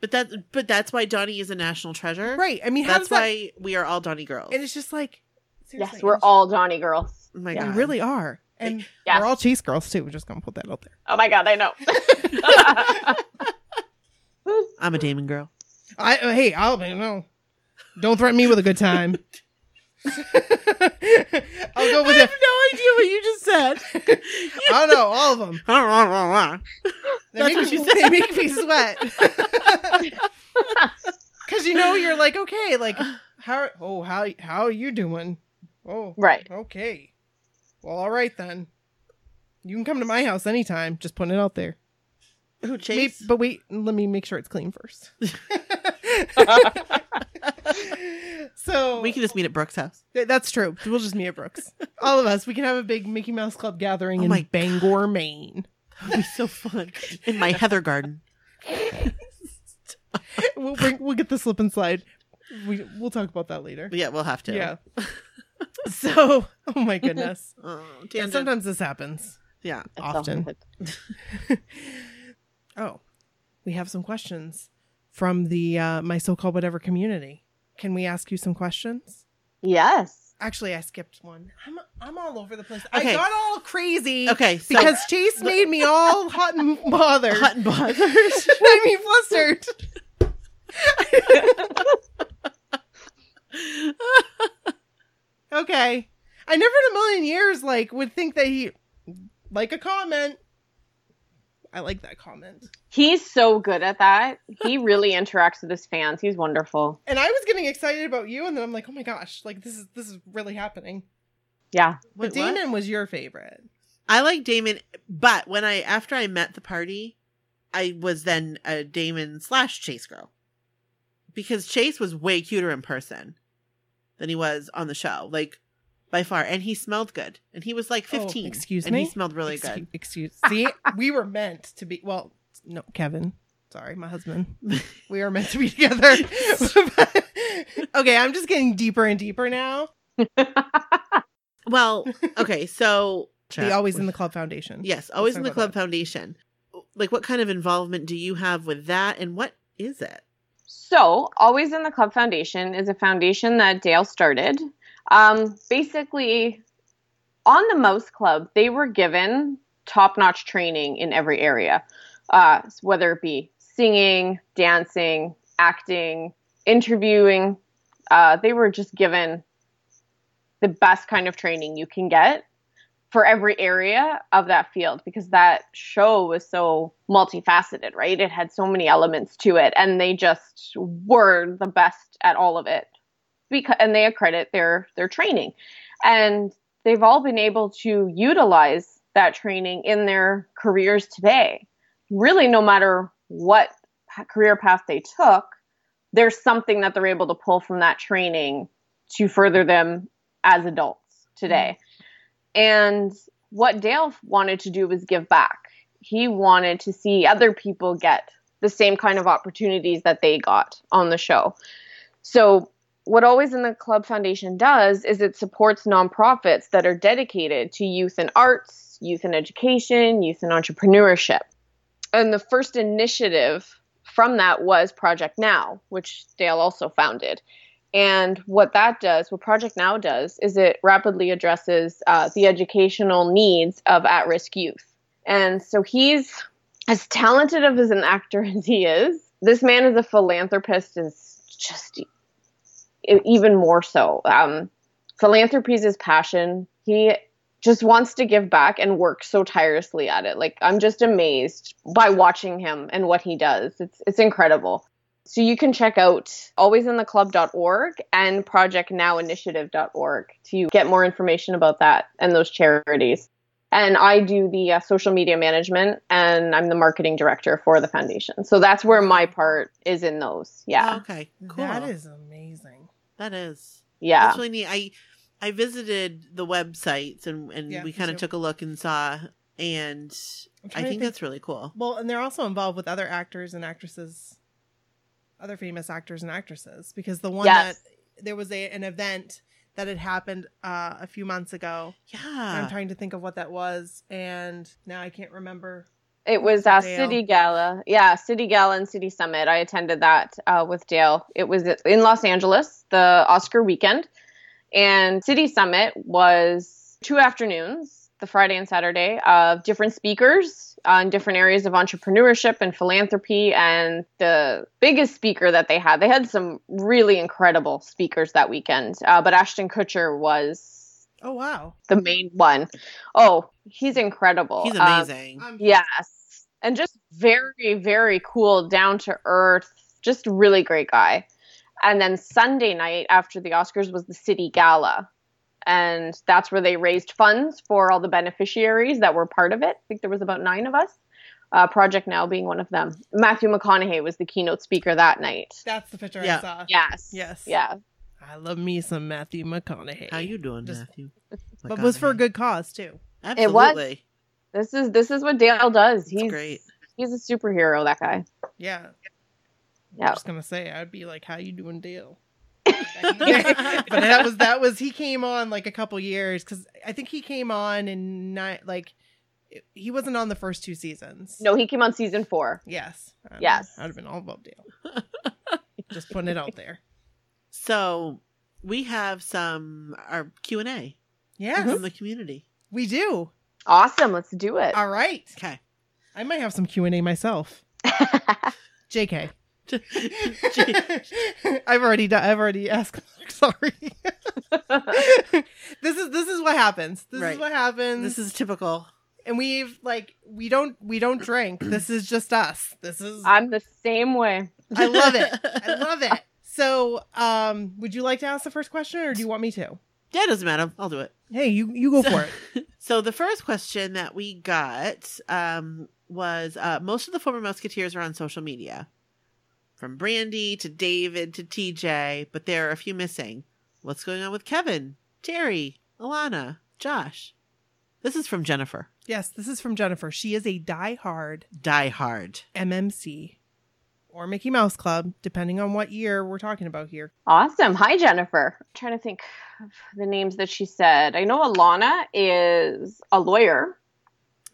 Speaker 1: But that, but that's why Donnie is a national treasure.
Speaker 2: Right. I mean, how
Speaker 1: That's
Speaker 2: does that-
Speaker 1: why we are all Donnie girls.
Speaker 2: And it's just like, <laughs> seriously,
Speaker 3: Yes, we're
Speaker 2: it's-
Speaker 3: all Johnny girls.
Speaker 1: oh my
Speaker 3: Yeah.
Speaker 1: god,
Speaker 2: We really are. And
Speaker 3: Yes.
Speaker 2: we're all Chase girls too. We're just going to put that out there.
Speaker 3: Oh my god,
Speaker 2: <laughs>
Speaker 3: I know. <laughs>
Speaker 1: I'm a Damon girl.
Speaker 2: I uh, hey, I'll you know. Don't threaten me with a
Speaker 1: <laughs>
Speaker 2: good time. I'll go with
Speaker 1: I
Speaker 2: it.
Speaker 1: have no idea <laughs> what you just said.
Speaker 2: <laughs> I don't know all of them. They
Speaker 1: That's
Speaker 2: make
Speaker 1: what
Speaker 2: me,
Speaker 1: you
Speaker 2: They make me sweat.
Speaker 1: <laughs>
Speaker 2: <laughs> Cause you know you're like okay, like how oh how how are you doing? Oh
Speaker 3: right.
Speaker 2: okay, well all right then. You can come to my house anytime. Just putting it out there.
Speaker 1: Who
Speaker 2: May-
Speaker 1: Chase?
Speaker 2: but wait, let me make sure it's
Speaker 1: <laughs>
Speaker 2: clean first. so
Speaker 1: we can just meet at Brooke's
Speaker 2: <laughs>
Speaker 1: house.
Speaker 2: th- that's true. We'll just meet at Brooks. All of us. We can have a big Mickey Mouse Club gathering
Speaker 1: Oh
Speaker 2: in
Speaker 1: my
Speaker 2: Bangor, Maine.
Speaker 1: That would be so fun in my heather
Speaker 2: <laughs>
Speaker 1: garden.
Speaker 2: We'll bring, we'll get the slip and slide. We we'll talk about that later.
Speaker 1: But yeah, we'll have to. <laughs>
Speaker 2: Yeah. so, oh my goodness.
Speaker 1: Oh,
Speaker 2: And
Speaker 1: tangent.
Speaker 2: sometimes this happens.
Speaker 1: yeah.
Speaker 3: That's
Speaker 2: Often.
Speaker 3: all.
Speaker 2: Oh, we have some questions from the uh, my so-called whatever community. Can we ask you some questions?
Speaker 3: Yes.
Speaker 2: Actually, I skipped one. I'm I'm all over the place. I
Speaker 1: Okay.
Speaker 2: got all crazy.
Speaker 1: Okay. So
Speaker 2: Because Chase made me all
Speaker 1: <laughs>
Speaker 2: hot and bothered.
Speaker 1: hot and bothered.
Speaker 2: <laughs> made me flustered. Okay. I never in a million years like would think that he like a comment. I like that comment.
Speaker 3: He's so good at that. He really <laughs> interacts with his fans. He's wonderful.
Speaker 2: And I was getting excited about you, and then I'm like, oh my gosh, like this is this is really happening.
Speaker 3: Yeah.
Speaker 2: But
Speaker 1: Wait, what?
Speaker 2: Damon was your favorite.
Speaker 1: I like Damon, but when I after I met the party, I was then a Damon slash Chase girl because Chase was way cuter in person than he was on the show, like by far. And he smelled good, and he was like
Speaker 2: Oh,
Speaker 1: fifteen.
Speaker 2: excuse
Speaker 1: and
Speaker 2: me?
Speaker 1: he smelled really
Speaker 2: Excu-
Speaker 1: good.
Speaker 2: <laughs> Excuse. See, we were meant to be. Well, no, Kevin. Sorry, my
Speaker 1: <laughs>
Speaker 2: husband. We are meant to be together. <laughs> okay, I'm just getting deeper and deeper now. <laughs>
Speaker 1: Well, okay, so
Speaker 2: The Always in the Club Foundation.
Speaker 1: yes, always in
Speaker 2: talk
Speaker 1: the
Speaker 2: about
Speaker 1: club foundation. Like, what kind of involvement do you have with that, and what is it?
Speaker 3: So, Always in the Club Foundation is a foundation that Dale started. Um, basically, on the Mouse Club, they were given top notch training in every area, uh, whether it be singing, dancing, acting, interviewing. Uh, they were just given the best kind of training you can get for every area of that field because that show was so multifaceted, right? It had so many elements to it, and they just were the best at all of it. Because and they accredit their their training, and they've all been able to utilize that training in their careers today. Really, no matter what pa- career path they took, there's something that they're able to pull from that training to further them as adults today. And what Dale wanted to do was give back. He wanted to see other people get the same kind of opportunities that they got on the show. So, what Always in the Club Foundation does is it supports nonprofits that are dedicated to youth in arts, youth in education, youth in entrepreneurship. And the first initiative from that was Project Now, which Dale also founded. And what that does, what Project Now does, is it rapidly addresses uh, the educational needs of at risk youth. And so he's as talented of as an actor <laughs> as he is. This man is a philanthropist, and s- just e- even more so. Um, philanthropy is his passion. He just wants to give back and work so tirelessly at it. Like I'm just amazed by watching him and what he does. It's it's incredible. So you can check out alwaysintheclub.org and projectnowinitiative.org to get more information about that and those charities. And I do the uh, social media management and I'm the marketing director for the foundation. So that's where my part is in those. Yeah.
Speaker 1: Oh, Okay, cool.
Speaker 2: That is amazing.
Speaker 1: That is.
Speaker 3: yeah.
Speaker 1: That's really neat. I I visited the websites and and
Speaker 2: Yeah,
Speaker 1: we
Speaker 2: me
Speaker 1: kind
Speaker 2: too.
Speaker 1: of took a look and saw and
Speaker 2: I'm
Speaker 1: I
Speaker 2: trying to
Speaker 1: think that's really cool.
Speaker 2: Well, and they're also involved with other actors and actresses, other famous actors and actresses, because the one
Speaker 3: Yes.
Speaker 2: that there was a, an event that had happened uh, a few months ago. And I'm
Speaker 1: Yeah.
Speaker 2: trying to think of what that was, and now I can't remember.
Speaker 3: It was uh,
Speaker 2: Dale.
Speaker 3: City Gala. Yeah, City Gala and City Summit. I attended that uh, with Dale. It was in Los Angeles, the Oscar weekend. And City Summit was two afternoons, the Friday and Saturday, of different speakers on different areas of entrepreneurship and philanthropy. And the biggest speaker that they had, they had some really incredible speakers that weekend. Uh, but Ashton Kutcher was
Speaker 2: Oh wow,
Speaker 3: the main one. Oh, he's incredible.
Speaker 1: He's
Speaker 3: Um,
Speaker 1: amazing.
Speaker 2: I'm
Speaker 3: Yes. And just very, very cool, down to earth, just really great guy. And then Sunday night after the Oscars was the City Gala. And that's where they raised funds for all the beneficiaries that were part of it. I think there was about nine of us. uh, Project Now being one of them. Matthew McConaughey was the keynote speaker that night.
Speaker 2: That's the picture
Speaker 1: Yeah.
Speaker 2: I saw.
Speaker 3: Yes.
Speaker 2: Yes.
Speaker 3: Yeah.
Speaker 2: I love me some Matthew McConaughey.
Speaker 1: How you doing,
Speaker 2: Just- <laughs>
Speaker 1: Matthew?
Speaker 2: but was for a
Speaker 1: McConaughey.
Speaker 2: good cause too.
Speaker 3: It was.
Speaker 1: Absolutely.
Speaker 3: This is this is what Dale does.
Speaker 1: It's
Speaker 3: He's
Speaker 1: great.
Speaker 3: he's a superhero. That guy.
Speaker 2: Yeah.
Speaker 3: Yeah.
Speaker 2: I'm just gonna say I'd be like, "How you doing,
Speaker 3: <laughs>
Speaker 2: Dale?" <laughs> but <laughs> that was that was he came on like a couple years because I think he came on and not like he wasn't on the first two seasons.
Speaker 3: No, he came on season four.
Speaker 2: Yes. Um,
Speaker 3: Yes.
Speaker 2: I'd have been all
Speaker 1: <laughs>
Speaker 2: about Dale. just putting it out there.
Speaker 1: <laughs> So we have some our Q and A
Speaker 2: Yes,
Speaker 3: Mm-hmm.
Speaker 1: from the community.
Speaker 2: we do.
Speaker 3: Awesome. Let's do it.
Speaker 2: All right. <laughs>
Speaker 1: Okay. <laughs>
Speaker 2: I might have some Q and A
Speaker 3: <laughs>
Speaker 2: myself. Jk. <laughs> I've already done, I've already asked. <laughs> Sorry.
Speaker 3: <laughs>
Speaker 2: this is this is what happens. This
Speaker 1: Right.
Speaker 2: is what happens.
Speaker 1: this is typical.
Speaker 2: and we've like we don't we don't drink. <clears throat> This is just us. This is I,
Speaker 3: I'm the same way.
Speaker 2: love <laughs> it. I
Speaker 1: <laughs>
Speaker 2: love it. So, um, would you like to ask the first question, or do you want me to?
Speaker 1: Yeah, it doesn't matter. I'll do it.
Speaker 2: Hey, you you go for it.
Speaker 1: So the first question that we got um, was uh, most of the former Musketeers are on social media, from Brandy to David to TJ, but there are a few missing. What's going on with Kevin, Terry, Alana, Josh? This is from Jennifer.
Speaker 2: <laughs> Yes, this is from Jennifer. She is a diehard
Speaker 1: Die Hard.
Speaker 2: MMC or Mickey Mouse Club, depending on what year we're talking about here.
Speaker 3: Awesome. Hi, Jennifer. I'm trying to think of the names that she said. I know Alana is a lawyer.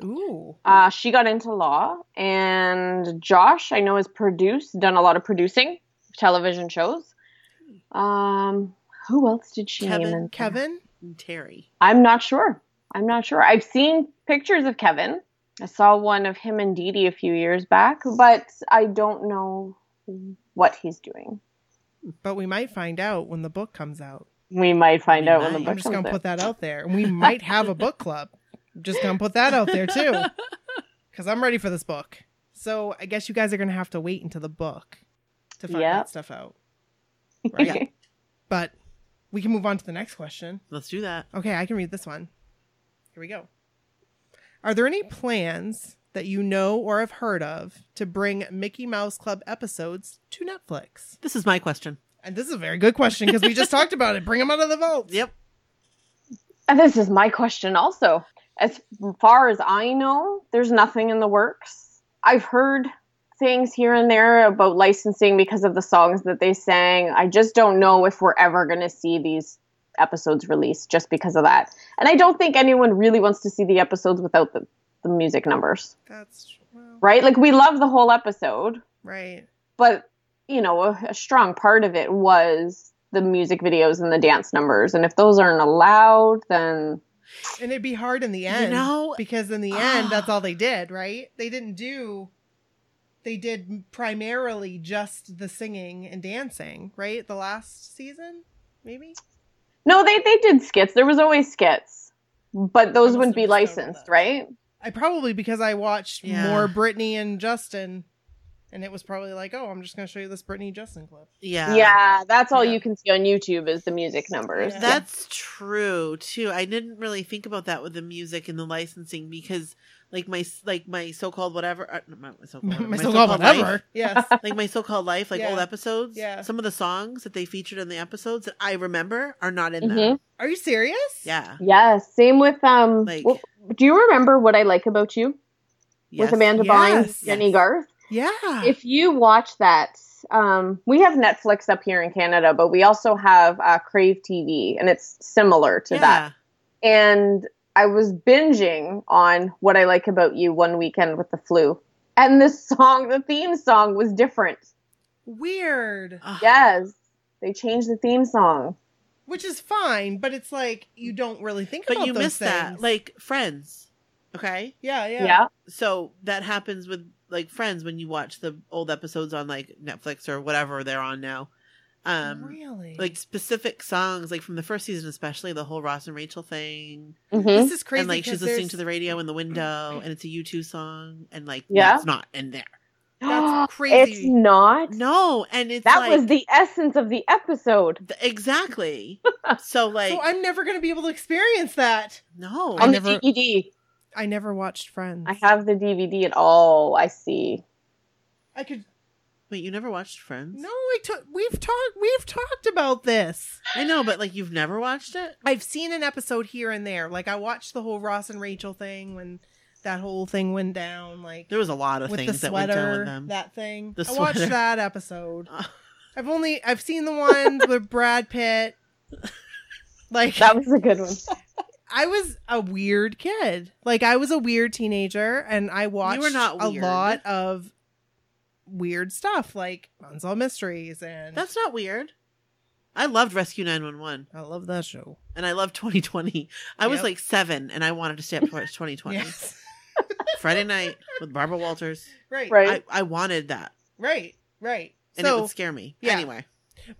Speaker 2: Ooh.
Speaker 3: Uh, she got into law, and Josh I know has produced, done a lot of producing television shows. Um, who else did she
Speaker 1: Kevin-
Speaker 3: name? in there?
Speaker 2: Kevin?
Speaker 1: And Mm, Terry.
Speaker 3: I'm not sure. I'm not sure. I've seen pictures of Kevin. I saw one of him and Dee Dee a few years back, but I don't know what he's doing.
Speaker 2: But we might find out when the book comes out.
Speaker 3: We might find
Speaker 1: We
Speaker 3: out when
Speaker 1: might.
Speaker 3: the
Speaker 2: I'm
Speaker 3: book
Speaker 2: just
Speaker 3: comes
Speaker 2: going to
Speaker 3: out.
Speaker 2: put that out there. And we might have a book club. I'm just going to put that out there too. Because I'm ready for this book. So I guess you guys are going to have to wait until the book to find
Speaker 3: Yep.
Speaker 2: that stuff out. Right? But we can move on to the next question.
Speaker 1: Let's do that.
Speaker 2: Okay, I can read this one. Here we go. Are there any plans that you know or have heard of to bring Mickey Mouse Club episodes to Netflix?
Speaker 1: This is my question.
Speaker 2: And this is a very good question because we just talked about it. Bring them out of the vault.
Speaker 1: Yep.
Speaker 3: And this is my question also. As far as I know, there's nothing in the works. I've heard things here and there about licensing because of the songs that they sang. I just don't know if we're ever going to see these episodes released just because of that. And I don't think anyone really wants to see the episodes without the, the music numbers,
Speaker 2: That's well,
Speaker 3: right? Like, we love the whole episode,
Speaker 2: right.
Speaker 3: but you know a, a strong part of it was the music videos and the dance numbers and if those aren't allowed then
Speaker 2: And it'd be hard in the end.
Speaker 1: know- ah.
Speaker 2: because in the end, that's all they did, right? They didn't do. They did primarily just the singing and dancing, right? The last season, maybe.
Speaker 3: no they they did skits there was always skits but
Speaker 2: I
Speaker 3: those
Speaker 2: must
Speaker 3: wouldn't
Speaker 2: have
Speaker 3: be
Speaker 2: missed out on
Speaker 3: licensed
Speaker 2: that.
Speaker 3: right
Speaker 2: I probably because I watched
Speaker 1: Yeah.
Speaker 2: more Britney and Justin, and it was probably like, oh, I'm just gonna show you this Britney Justin clip.
Speaker 1: Yeah.
Speaker 3: yeah, that's all
Speaker 2: Yeah.
Speaker 3: you can see on youtube is the music numbers
Speaker 2: Yeah.
Speaker 1: That's true too. I didn't really think about that with the music and the licensing because, like my like my so-called whatever, uh, not my so-called,
Speaker 2: <laughs>
Speaker 1: whatever,
Speaker 2: My so-called
Speaker 1: life-
Speaker 2: whatever. Yes.
Speaker 1: <laughs> like my so-called life, like
Speaker 2: Yeah.
Speaker 1: old episodes.
Speaker 2: Yeah.
Speaker 1: Some of the songs that they featured in the episodes that I remember are not in
Speaker 3: Mhm.
Speaker 1: them.
Speaker 2: Are you serious?
Speaker 1: Yeah.
Speaker 3: yes same with um
Speaker 1: Like-
Speaker 3: well, do you remember what i like about you with amanda
Speaker 2: Yes.
Speaker 3: bynes jenny
Speaker 1: Yes.
Speaker 3: garth
Speaker 2: Yeah.
Speaker 3: if you watch that um, we have netflix up here in canada but we also have uh, crave tv and it's similar to that
Speaker 1: yeah.
Speaker 3: and I was binging on What I Like About You one weekend with the flu. And this song, the theme song was different.
Speaker 2: Weird.
Speaker 1: Ugh.
Speaker 3: Yes, they changed the theme song.
Speaker 2: Which is fine, but it's like you don't really think
Speaker 1: But
Speaker 2: about
Speaker 1: you
Speaker 2: those
Speaker 1: miss that,
Speaker 2: things.
Speaker 1: like Friends. Okay.
Speaker 2: yeah,
Speaker 3: Yeah.
Speaker 2: yeah,
Speaker 1: So that happens with like Friends when you watch the old episodes on like Netflix or whatever they're on now. Um.
Speaker 2: really.
Speaker 1: like specific songs, like from the first season, especially the whole Ross and Rachel thing,
Speaker 3: Mhm.
Speaker 2: this is crazy.
Speaker 1: and like she's
Speaker 2: 'cause
Speaker 1: listening
Speaker 2: there's-
Speaker 1: <gasps>
Speaker 2: Mm-hmm.
Speaker 1: to the radio in the window, and it's a U two song, and like
Speaker 3: Yeah.
Speaker 1: that's not in there.
Speaker 2: <gasps> <gasps> That's
Speaker 3: it's
Speaker 2: crazy.
Speaker 3: not.
Speaker 1: No, and it's
Speaker 3: that
Speaker 1: like,
Speaker 3: was the essence of the episode.
Speaker 1: th-
Speaker 3: <laughs>
Speaker 1: exactly. so like
Speaker 2: so I'm never gonna be able to experience that.
Speaker 1: no,
Speaker 2: I
Speaker 3: on
Speaker 1: and
Speaker 2: never-
Speaker 3: the DVD.
Speaker 2: I never watched Friends.
Speaker 3: I have the DVD at all. I see.
Speaker 2: I could.
Speaker 1: Wait, you never watched Friends?
Speaker 2: No, I took. We've talked. We've talked about this.
Speaker 1: I know, but like you've never watched it?
Speaker 2: I've seen an episode here and there. Like I watched the whole Ross and Rachel thing when that whole thing went down. Like
Speaker 1: There was a lot of
Speaker 2: with the
Speaker 1: things that went
Speaker 2: sweater,
Speaker 1: down with them.
Speaker 2: that thing.
Speaker 1: The
Speaker 2: I watched
Speaker 1: sweater. <laughs>
Speaker 2: that episode.
Speaker 1: Oh.
Speaker 2: I've only I've seen
Speaker 1: <laughs>
Speaker 2: the ones with Brad Pitt. Like
Speaker 3: That was a good one.
Speaker 2: I was a weird kid. Like I was a weird teenager, and I watched
Speaker 1: not
Speaker 2: a
Speaker 1: weird.
Speaker 2: lot of weird stuff, like Unsolved Mysteries, and
Speaker 1: That's not weird. I loved Rescue 911
Speaker 2: I love that show.
Speaker 1: and I loved 2020. I was
Speaker 2: Yep.
Speaker 1: like seven and I wanted to stay up to watch 2020.
Speaker 2: Yes,
Speaker 1: Friday night with Barbara Walters.
Speaker 2: <laughs> right, right,
Speaker 3: Right.
Speaker 1: I, I wanted that
Speaker 2: right, right.
Speaker 1: and it
Speaker 2: So,
Speaker 1: would scare me.
Speaker 2: yeah.
Speaker 1: Anyway,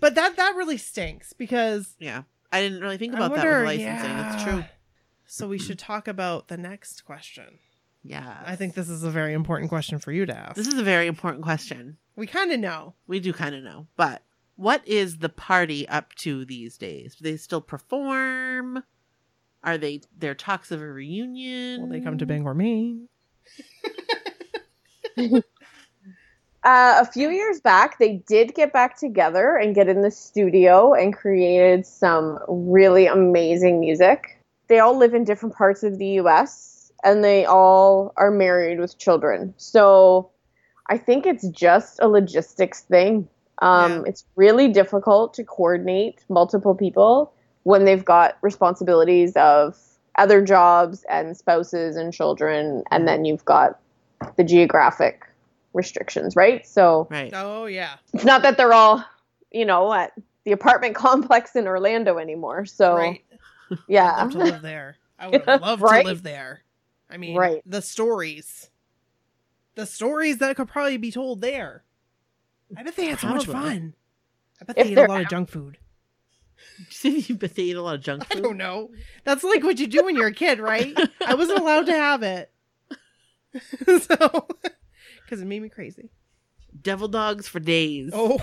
Speaker 2: but that that really stinks because
Speaker 1: yeah. I didn't really think
Speaker 2: I
Speaker 1: about that
Speaker 2: wonder-
Speaker 1: with licensing. It's
Speaker 2: yeah.
Speaker 1: true.
Speaker 2: So we should talk about the next question.
Speaker 1: Yeah.
Speaker 2: I think this is a very important question for you to ask.
Speaker 1: this is a very important question.
Speaker 2: we kind of know.
Speaker 1: We do kind of know, but what is the party up to these days? Do they still perform? Are they their talks of a reunion?
Speaker 2: Will they come to Bangor, Maine?
Speaker 3: Uh, a few years back, they did get back together and get in the studio and created some really amazing music. They all live in different parts of the US and they all are married with children. So I think it's just a logistics thing. Um,
Speaker 2: Yeah.
Speaker 3: It's really difficult to coordinate multiple people when they've got responsibilities of other jobs and spouses and children, and then you've got the geographic restrictions, right? So
Speaker 1: Right. <laughs>
Speaker 2: Oh yeah,
Speaker 3: it's not that they're all, you know, at the apartment <laughs> complex in Orlando anymore. So
Speaker 2: right.
Speaker 3: yeah,
Speaker 2: Love to live there. I
Speaker 3: <laughs>
Speaker 2: would have loved
Speaker 3: Right.
Speaker 2: to live there. I mean,
Speaker 3: Right.
Speaker 2: the stories, the stories that could probably be told there. I bet they had so much
Speaker 1: Probably.
Speaker 2: fun. I bet
Speaker 3: If
Speaker 2: they ate a
Speaker 3: they're
Speaker 2: lot of junk food.
Speaker 1: but they eat a lot of junk
Speaker 2: I <laughs>
Speaker 1: food.
Speaker 2: don't know. That's like what you do when you're a kid, right? I wasn't allowed to have it, <laughs> so because it made me crazy.
Speaker 1: Devil dogs for days.
Speaker 2: Oh,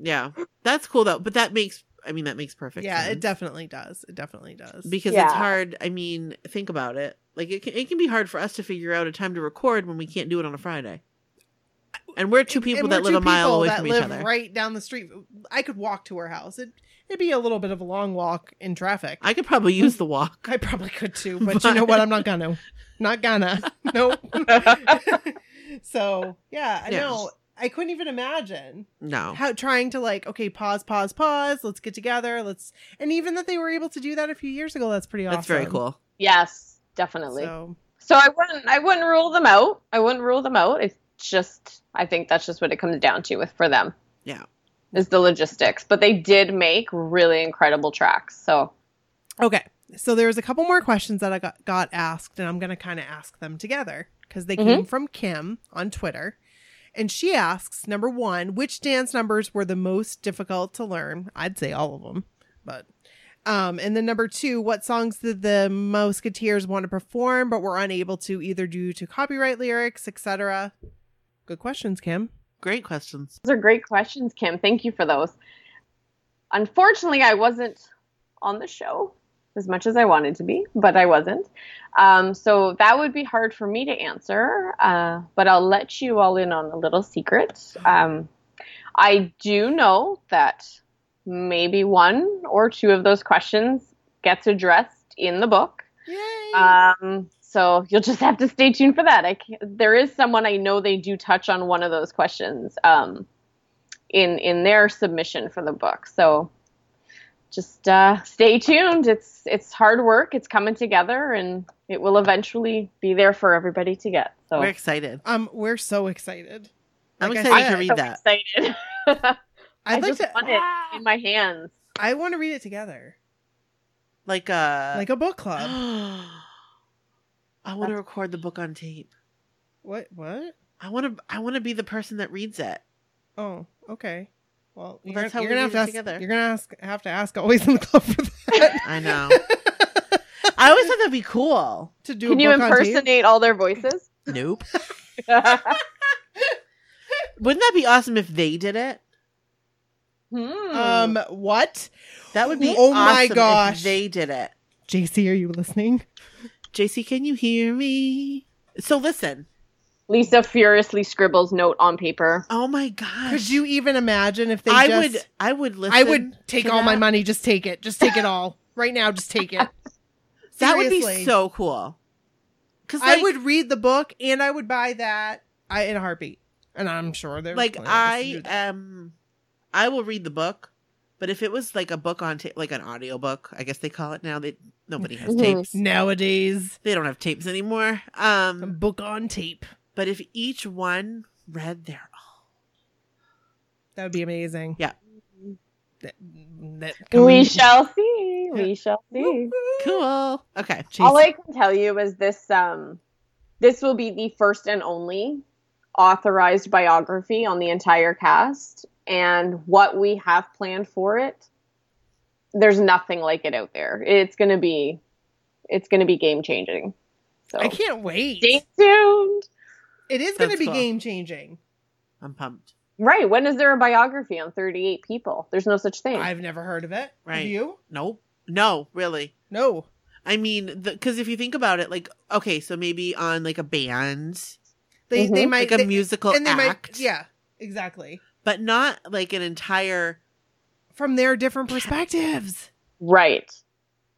Speaker 1: Yeah. That's cool though. But that makes I mean that makes perfect
Speaker 2: yeah,
Speaker 1: sense.
Speaker 2: it definitely does. It definitely does.
Speaker 1: because it's
Speaker 3: Yeah.
Speaker 1: hard. I mean, think about it. Like it can, it can be hard for us to figure out a time to record when we can't do it on a Friday. And we're two people
Speaker 2: And
Speaker 1: that
Speaker 2: we're
Speaker 1: live
Speaker 2: two
Speaker 1: a mile
Speaker 2: people
Speaker 1: away
Speaker 2: that
Speaker 1: from
Speaker 2: live
Speaker 1: each other.
Speaker 2: Right down the street. I could walk to her house. It, it'd be a little bit of a long walk in traffic. I,
Speaker 1: I could
Speaker 2: <laughs>
Speaker 1: probably use the walk.
Speaker 2: probably
Speaker 1: <laughs>
Speaker 2: could too, but, you know what? I'm not gonna. Not gonna. Nope. so yeah, I
Speaker 1: Yeah.
Speaker 2: know. I couldn't even imagine
Speaker 1: No.
Speaker 2: how trying to like okay pause pause pause let's get together let's and even that they were able to do that a few years ago that's pretty awesome
Speaker 1: That's very cool.
Speaker 3: yes, definitely. So.
Speaker 2: so
Speaker 3: I wouldn't, I wouldn't rule them out. I wouldn't rule them out. It's just, I think that's just what it comes down to with for them.
Speaker 1: Yeah.
Speaker 3: is the logistics, but they did make really incredible tracks. So
Speaker 2: Okay. So there's a couple more questions that I got, got asked, and I'm going to kind of ask them together because they
Speaker 3: Mm-hmm.
Speaker 2: came from Kim on Twitter. And she asks number one, which dance numbers were the most difficult to learn? I'd say all of them, but. Um, and then number two, what songs did the Musketeers want to perform but were unable to either due to copyright lyrics, etc.? Good questions, Kim.
Speaker 1: Great questions.
Speaker 3: those are great questions, Kim. Thank you for those. Unfortunately, I wasn't on the show as much as I wanted to be, but I wasn't. Um, so that would be hard for me to answer, uh, but I'll let you all in on a little secret. Um, I do know that maybe one or two of those questions gets addressed in the book.
Speaker 2: Yay!
Speaker 3: Um, so you'll just have to stay tuned for that. I can't, there is someone I know they do touch on one of those questions um, in in their submission for the book. So just uh, stay tuned. It's it's hard work. It's coming together, and it will eventually be there for everybody to get. So
Speaker 1: We're excited.
Speaker 2: um, we're so excited.
Speaker 1: I'm
Speaker 2: Like I
Speaker 1: excited to
Speaker 2: said-
Speaker 1: read
Speaker 3: so
Speaker 1: that.
Speaker 3: excited. <laughs>
Speaker 2: I'd
Speaker 3: I
Speaker 2: like
Speaker 3: just
Speaker 2: to.
Speaker 3: want it in my hands.
Speaker 2: I want to read it together,
Speaker 1: <gasps> Like uh <gasps>
Speaker 2: like uh, a book club.
Speaker 1: I want to record the book on tape.
Speaker 2: What? What?
Speaker 1: I want to I want to be the person that reads it.
Speaker 2: Oh, okay. Well, you're,
Speaker 1: that's how
Speaker 2: gonna, you're
Speaker 1: we read
Speaker 2: gonna have to
Speaker 1: it
Speaker 2: ask,
Speaker 1: together.
Speaker 2: You're gonna ask, have to ask always in the club for that <laughs>
Speaker 1: I know. I always thought that'd be cool.
Speaker 2: to do.
Speaker 3: Can
Speaker 2: a
Speaker 3: you
Speaker 2: book on tape.
Speaker 3: impersonate all their voices? <laughs>
Speaker 1: Nope.
Speaker 3: hmm.
Speaker 1: Wouldn't that be awesome if they did it?
Speaker 2: Um, what?
Speaker 1: That would be
Speaker 2: Oh
Speaker 1: oh
Speaker 2: my
Speaker 1: my
Speaker 2: gosh.
Speaker 1: gosh. they did it.
Speaker 2: JC, are you listening?
Speaker 1: JC, can you hear me? So listen.
Speaker 3: Lisa furiously scribbles note on paper.
Speaker 1: Oh my gosh.
Speaker 2: Could you even imagine if they
Speaker 1: I
Speaker 2: just
Speaker 1: would I would listen.
Speaker 2: I would take
Speaker 1: to
Speaker 2: all my
Speaker 1: that.
Speaker 2: money, just take it. Just take it all. Right now, just take it.
Speaker 1: <laughs> That would be
Speaker 2: Seriously.
Speaker 1: so cool. Cuz
Speaker 2: I would read the book and I would buy that I, in a heartbeat. And I'm sure there
Speaker 1: like
Speaker 2: plenty of us who
Speaker 1: I
Speaker 2: do that.
Speaker 1: am I will read the book, but if it was like a book on ta- like an audiobook, I guess they call it now, they nobody has
Speaker 3: Mhm.
Speaker 1: tapes.
Speaker 2: nowadays
Speaker 1: They don't have tapes anymore. Um
Speaker 2: book on tape.
Speaker 1: but if each one read their own.
Speaker 2: That would be amazing.
Speaker 1: Yeah.
Speaker 2: That, that
Speaker 3: we
Speaker 2: coming-
Speaker 3: shall see. We shall see.
Speaker 1: Cool. Okay.
Speaker 2: Jeez.
Speaker 3: All I can tell you is this um this will be the first and only authorized biography on the entire cast and what we have planned for it there's nothing like it out there. It's going to be it's going to be game changing. So
Speaker 2: I can't wait.
Speaker 3: stay tuned.
Speaker 2: It is going to
Speaker 1: That's
Speaker 2: be
Speaker 1: cool.
Speaker 2: game changing.
Speaker 1: I'm pumped.
Speaker 3: Right, when is there a biography on 38 people? There's no such thing.
Speaker 2: I've never heard of it. Have
Speaker 1: Right.
Speaker 2: you?
Speaker 1: Nope. No, really.
Speaker 2: No.
Speaker 1: I mean, because if you think about it, like, okay, so maybe on like a band,
Speaker 2: They they
Speaker 3: Mhm.
Speaker 2: might
Speaker 1: like a
Speaker 2: they-
Speaker 1: musical
Speaker 2: and they
Speaker 1: act,
Speaker 2: might yeah exactly
Speaker 1: but not like an entire,
Speaker 2: from their different perspectives.
Speaker 3: right.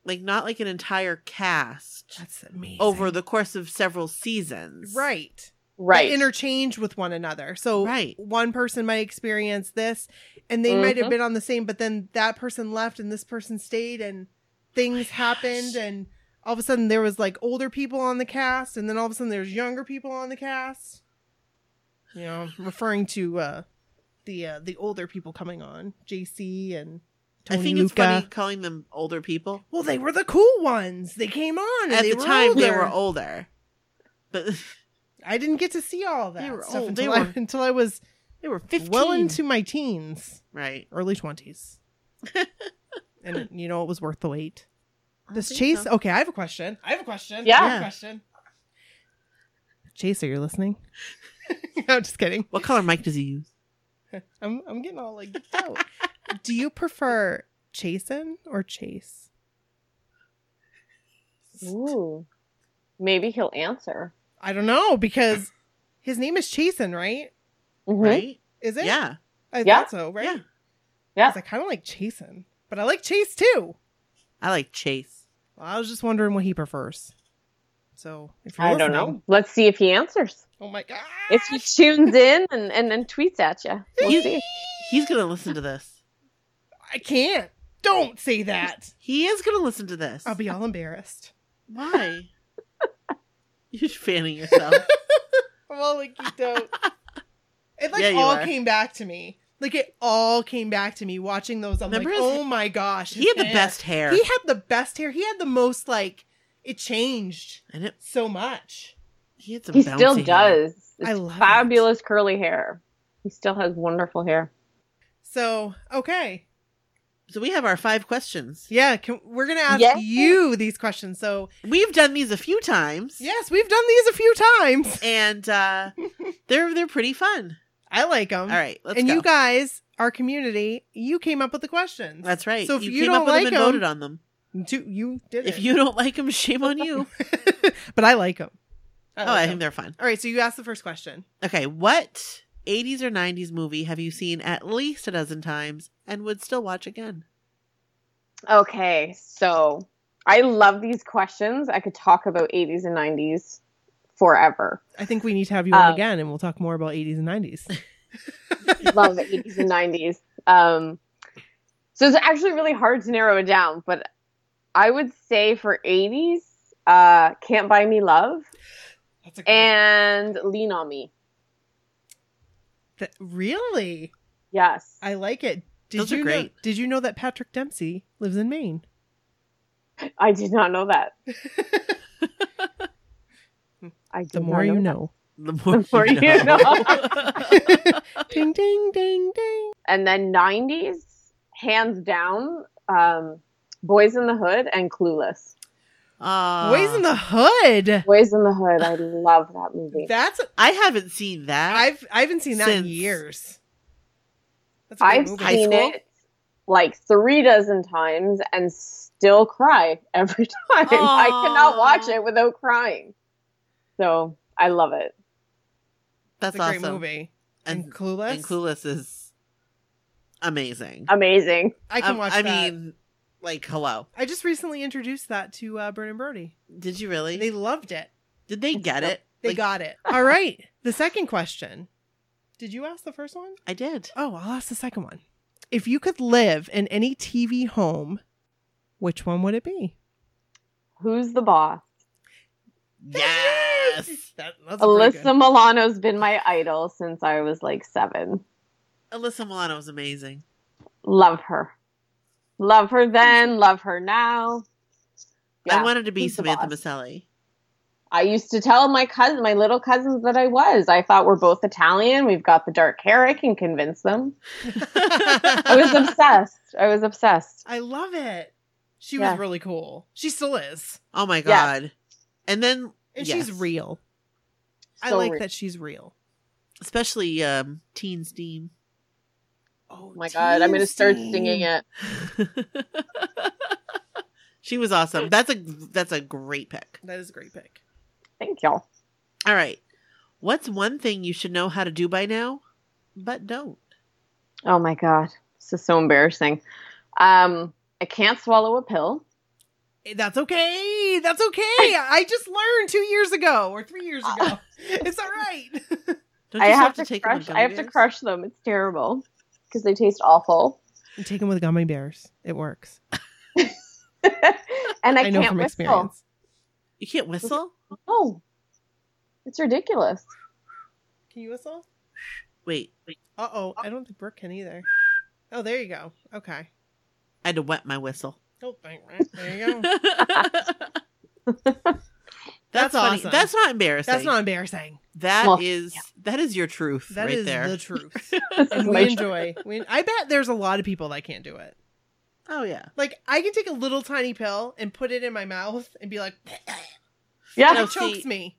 Speaker 1: like not like an entire cast
Speaker 2: That's amazing.
Speaker 1: over the course of several seasons,
Speaker 2: right
Speaker 3: Right.
Speaker 2: They interchange with one another. So
Speaker 1: Right. Mm-hmm.
Speaker 2: one person might experience this, and they might have been on the same, but then that person left and this person stayed, and
Speaker 1: Oh
Speaker 2: things happened, and all of a sudden there was like older people on the cast, and then all of a sudden there's younger people on the cast. You know, referring to uh, the uh, the older people coming on, JC and
Speaker 1: I
Speaker 2: Tony
Speaker 1: think it's
Speaker 2: Luca.
Speaker 1: funny calling them older people.
Speaker 2: Well, they were the cool ones. They came on and
Speaker 1: At
Speaker 2: they
Speaker 1: the
Speaker 2: were
Speaker 1: time, they
Speaker 2: older.
Speaker 1: were older, but
Speaker 2: I didn't get to see all that
Speaker 1: They were
Speaker 2: stuff
Speaker 1: old. They
Speaker 2: Until,
Speaker 1: were
Speaker 2: I, <laughs> until I was
Speaker 1: they <laughs> were fifteen.
Speaker 2: well into my teens,
Speaker 1: right?
Speaker 2: early 20s. <laughs> and you know, it was worth the wait.
Speaker 1: I
Speaker 2: This
Speaker 1: think
Speaker 2: chase.
Speaker 1: so.
Speaker 2: Okay, I have a question. I have a question. I
Speaker 3: Yeah.
Speaker 2: have a question. Chase, are you listening? <laughs> I'm just kidding.
Speaker 1: What color mic does he use?
Speaker 2: I'm, I'm getting all like, out. do you prefer Chasen or Chase?
Speaker 3: Ooh. Maybe he'll answer.
Speaker 2: I don't know because his name is Chasen, right?
Speaker 3: Mhm.
Speaker 1: Right?
Speaker 2: Is it?
Speaker 1: Yeah.
Speaker 2: I
Speaker 3: Yeah.
Speaker 2: thought so, right?
Speaker 1: Yeah.
Speaker 3: Yeah.
Speaker 2: 'Cause I kind of like Chasen, but I like Chase too.
Speaker 1: I like Chase.
Speaker 2: Well, I was just wondering what he prefers. So if you're
Speaker 3: I don't
Speaker 2: listening-
Speaker 3: know. Let's see if he answers.
Speaker 2: Oh my god!
Speaker 3: If he tunes in and, and then tweets at you. We'll
Speaker 1: He's-
Speaker 3: see.
Speaker 1: He's gonna listen to this.
Speaker 2: I can't. Don't say that.
Speaker 1: He is gonna listen to this.
Speaker 2: I'll be all embarrassed.
Speaker 1: Why? <laughs> You're fanning
Speaker 2: <laughs>
Speaker 1: yourself.
Speaker 2: I'm all like, you <laughs> don't. It like
Speaker 1: Yeah, you
Speaker 2: all
Speaker 1: are.
Speaker 2: came back to me. Like it all came back to me watching those. I'm
Speaker 1: Remember
Speaker 2: like,
Speaker 1: his-
Speaker 2: oh my gosh!
Speaker 1: he had the
Speaker 2: his hair.
Speaker 1: best hair.
Speaker 2: He had the best hair. He had the most like. It changed
Speaker 1: and it,
Speaker 2: so much.
Speaker 1: he had some
Speaker 3: He still
Speaker 1: bouncy hair.
Speaker 3: does. It's
Speaker 2: I love
Speaker 3: fabulous curly hair. He still has wonderful hair.
Speaker 2: So okay,
Speaker 1: So we have our five questions.
Speaker 2: yeah. Can, we're gonna ask
Speaker 3: Yeah.
Speaker 2: you these questions. So
Speaker 1: We've done these a few times.
Speaker 2: Yes, we've done these a few times.
Speaker 1: And
Speaker 2: <laughs>
Speaker 1: uh they're they're pretty fun.
Speaker 2: I like them.
Speaker 1: All right, let's
Speaker 2: and
Speaker 1: go.
Speaker 2: you guys, our community, you came up with the questions.
Speaker 1: That's right.
Speaker 2: So if you
Speaker 1: came
Speaker 2: don't
Speaker 1: up with
Speaker 2: like
Speaker 1: them and
Speaker 2: 'em-
Speaker 1: voted on them.
Speaker 2: Do- you did
Speaker 1: If
Speaker 2: it.
Speaker 1: you don't like them, shame on you.
Speaker 2: <laughs> but I like them.
Speaker 1: oh, I think they're fun.
Speaker 2: All right, so you asked the first question.
Speaker 1: Okay, what 80s or 90s movie have you seen at least a dozen times and would still watch again?
Speaker 3: Okay, so I love these questions. I could talk about 80s and 90s
Speaker 2: <laughs>
Speaker 3: forever.
Speaker 2: I think we need to have you on
Speaker 3: Uh,
Speaker 2: again, and we'll talk more about 80s and
Speaker 3: <laughs>
Speaker 2: 90s.
Speaker 3: love the 80s and 90s. Um, so it's actually really hard to narrow it down, but I would say for 80s, uh, Can't Buy Me Love
Speaker 2: That's a
Speaker 3: and Lean On Me.
Speaker 2: Th- really?
Speaker 3: Yes.
Speaker 2: I like it. Did
Speaker 1: Those are
Speaker 2: you know-
Speaker 1: great.
Speaker 2: did you know that Patrick Dempsey lives in Maine?
Speaker 3: I did not
Speaker 2: <laughs>
Speaker 3: know that. I did
Speaker 2: The
Speaker 3: not
Speaker 2: more you
Speaker 3: know.
Speaker 2: know.
Speaker 1: The
Speaker 3: <laughs> The more you
Speaker 1: <laughs>
Speaker 2: <laughs>
Speaker 3: know. <laughs>
Speaker 2: ding, ding, ding, ding.
Speaker 3: And then 90s, hands down, um, Boys in the Hood and Clueless.
Speaker 1: Uh,
Speaker 2: Boys in the Hood.
Speaker 3: Boys in the Hood. I love that movie.
Speaker 2: That's
Speaker 1: I haven't seen that.
Speaker 2: I've I haven't seen that
Speaker 1: Since-
Speaker 2: in years. That's a great
Speaker 3: I've
Speaker 2: movie.
Speaker 1: High
Speaker 3: seen
Speaker 1: school?
Speaker 3: it like three dozen times and still cry every <laughs> time. I cannot watch
Speaker 2: Aw.
Speaker 3: it without crying. So I love it.
Speaker 1: That's
Speaker 2: It's a great
Speaker 1: awesome.
Speaker 2: movie. And,
Speaker 1: And,
Speaker 2: Clueless.
Speaker 1: and Clueless is amazing.
Speaker 3: Amazing.
Speaker 2: I can
Speaker 1: Um,
Speaker 2: watch
Speaker 1: I
Speaker 2: that.
Speaker 1: mean, like, hello.
Speaker 2: I just recently introduced that to uh, Bert and Brody.
Speaker 1: Did you really?
Speaker 2: They loved it.
Speaker 1: Did they get
Speaker 3: Yep.
Speaker 1: it?
Speaker 2: They
Speaker 1: Like,
Speaker 2: got it. All right. The second question. Did you ask the first one?
Speaker 1: I did.
Speaker 2: Oh, I'll ask the second one. If you could live in any TV home, which one would it be?
Speaker 3: Who's the boss?
Speaker 1: Yes.
Speaker 2: That- that's a pretty
Speaker 3: Alyssa
Speaker 2: good-
Speaker 3: Milano's been my idol since I was like seven.
Speaker 1: Alyssa Milano was amazing.
Speaker 3: Love her. Love her then, love her now.
Speaker 1: I wanted to be
Speaker 3: who's the
Speaker 1: Samantha
Speaker 3: boss?
Speaker 1: Maselli.
Speaker 3: I used to tell my cousin, my little cousins, that I was. I thought we're both Italian. We've got the dark hair. I can convince them. I
Speaker 2: <laughs>
Speaker 1: <laughs>
Speaker 3: was obsessed. I was obsessed.
Speaker 2: I love it. She
Speaker 3: Yeah.
Speaker 2: was really cool. She still is.
Speaker 1: Oh my
Speaker 3: Yeah.
Speaker 1: god. And then
Speaker 2: And she's
Speaker 1: Yes.
Speaker 2: real. I
Speaker 3: So
Speaker 2: like
Speaker 3: re-
Speaker 2: that she's real.
Speaker 1: especially um Teen Steam. <laughs>
Speaker 2: Oh
Speaker 3: Oh my god! I'm gonna start singing it.
Speaker 1: she was awesome. That's a that's a great pick.
Speaker 2: That is a great pick.
Speaker 3: Thank y'all.
Speaker 1: All right. What's one thing you should know how to do by now but don't?
Speaker 3: Oh my god, this is so embarrassing. Um, I can't swallow a pill.
Speaker 2: Eh, That's okay. That's okay. <laughs> I just learned two years ago or three years ago.
Speaker 3: Ah.
Speaker 2: it's all right. <laughs>
Speaker 1: Don't
Speaker 3: I
Speaker 1: you
Speaker 3: have, to,
Speaker 1: them with
Speaker 3: crush. I have to
Speaker 1: gummy bears?
Speaker 3: crush them. It's terrible because they taste awful. <laughs>
Speaker 2: Take them with gummy bears. It works.
Speaker 3: and I,
Speaker 2: I, know
Speaker 3: can't
Speaker 2: from
Speaker 3: whistle.
Speaker 2: experience.
Speaker 1: You can't
Speaker 3: <laughs>
Speaker 1: whistle?
Speaker 3: No,
Speaker 2: <laughs>
Speaker 3: it's ridiculous.
Speaker 2: Can you whistle?
Speaker 1: Wait, wait.
Speaker 2: Uh oh. I don't think Brooke can either. Oh, there you go. Okay.
Speaker 1: I had to wet my
Speaker 3: <laughs>
Speaker 1: whistle. <laughs>
Speaker 2: Oh, bang, right. There you go.
Speaker 1: That's,
Speaker 2: That's
Speaker 1: funny.
Speaker 2: awesome.
Speaker 1: That's not embarrassing.
Speaker 2: <laughs> That's not embarrassing.
Speaker 1: That
Speaker 3: Well,
Speaker 1: is- that is your truth
Speaker 2: That
Speaker 1: right
Speaker 2: is
Speaker 1: there. <laughs>
Speaker 2: the truth.
Speaker 3: This is
Speaker 2: and
Speaker 3: my
Speaker 2: we enjoy. We, I bet there's a lot of people that can't do it.
Speaker 1: oh yeah.
Speaker 2: Like I can take a little tiny pill and put it in my mouth and be like, <laughs>
Speaker 3: yeah.
Speaker 1: No,
Speaker 2: it chokes
Speaker 1: see- <laughs>
Speaker 2: me.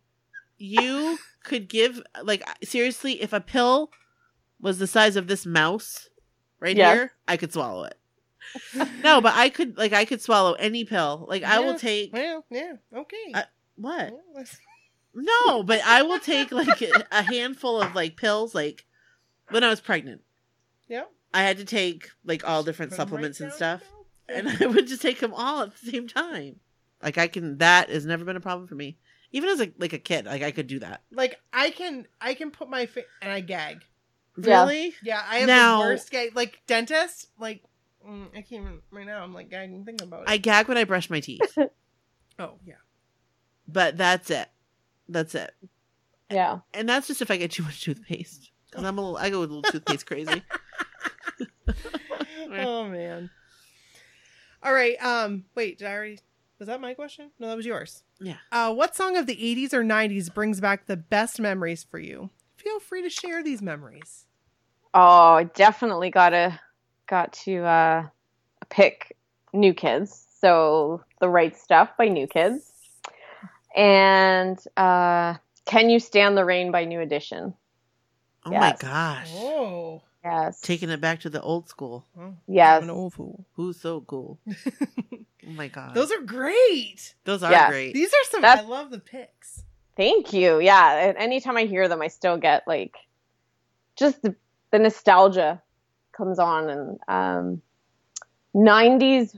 Speaker 1: You could give like seriously, if a pill was the size of this mouse right
Speaker 3: Yes.
Speaker 1: here, I could swallow it. No, but I could like I could swallow any pill. Like I will
Speaker 2: Yeah.
Speaker 1: take
Speaker 2: Well, yeah, okay.
Speaker 1: I- what?
Speaker 2: Well, let's-
Speaker 1: No, but I will take like <laughs> a, a handful of like pills. Like when I was pregnant,
Speaker 2: yeah.
Speaker 1: I had to take like all different
Speaker 2: Put 'em
Speaker 1: supplements
Speaker 2: right
Speaker 1: and
Speaker 2: down.
Speaker 1: stuff, <laughs> and I would just take them all at the same time. Like I can. That has never been a problem for me. Even as a like a kid, like I could do that.
Speaker 2: like I can, I can put my fa- and I gag.
Speaker 3: Yeah.
Speaker 1: Really?
Speaker 2: Yeah, I have
Speaker 1: Now-
Speaker 2: the worst gag. Like dentist, like mm, I can't even right now. I'm like gagging thinking about it.
Speaker 1: I gag when I brush my
Speaker 3: <laughs>
Speaker 1: teeth,
Speaker 2: oh
Speaker 1: <laughs>
Speaker 2: yeah.
Speaker 1: but that's it. That's it.
Speaker 3: Yeah.
Speaker 1: And that's just if I get too much toothpaste. Because I'm a little, I go a little toothpaste
Speaker 3: <laughs>
Speaker 1: crazy.
Speaker 2: oh man. All right. Um. Wait. Did I already? Was that my question? No, that was yours.
Speaker 1: Yeah.
Speaker 2: Uh, what song of the '80s or '90s brings back the best memories for you? Feel free to share these memories.
Speaker 3: Oh, I definitely gotta got to uh, pick New Kids. So the right stuff by New Kids, and uh, Can You Stand the Rain by New Edition.
Speaker 1: Oh
Speaker 3: Yes.
Speaker 1: my gosh.
Speaker 2: Oh.
Speaker 3: Yes.
Speaker 1: Taking it back to the old school.
Speaker 2: Well,
Speaker 3: Yes.
Speaker 2: I'm an
Speaker 1: <laughs>
Speaker 2: old fool.
Speaker 1: Who's so cool? Oh
Speaker 2: <laughs>
Speaker 1: my God.
Speaker 2: Those are great.
Speaker 1: Those are
Speaker 3: Yeah.
Speaker 1: great.
Speaker 2: These are some.
Speaker 3: That's-
Speaker 2: I love the picks.
Speaker 3: Thank you. Yeah. And anytime I hear them, I still get like just the, the nostalgia comes on and um, 90s.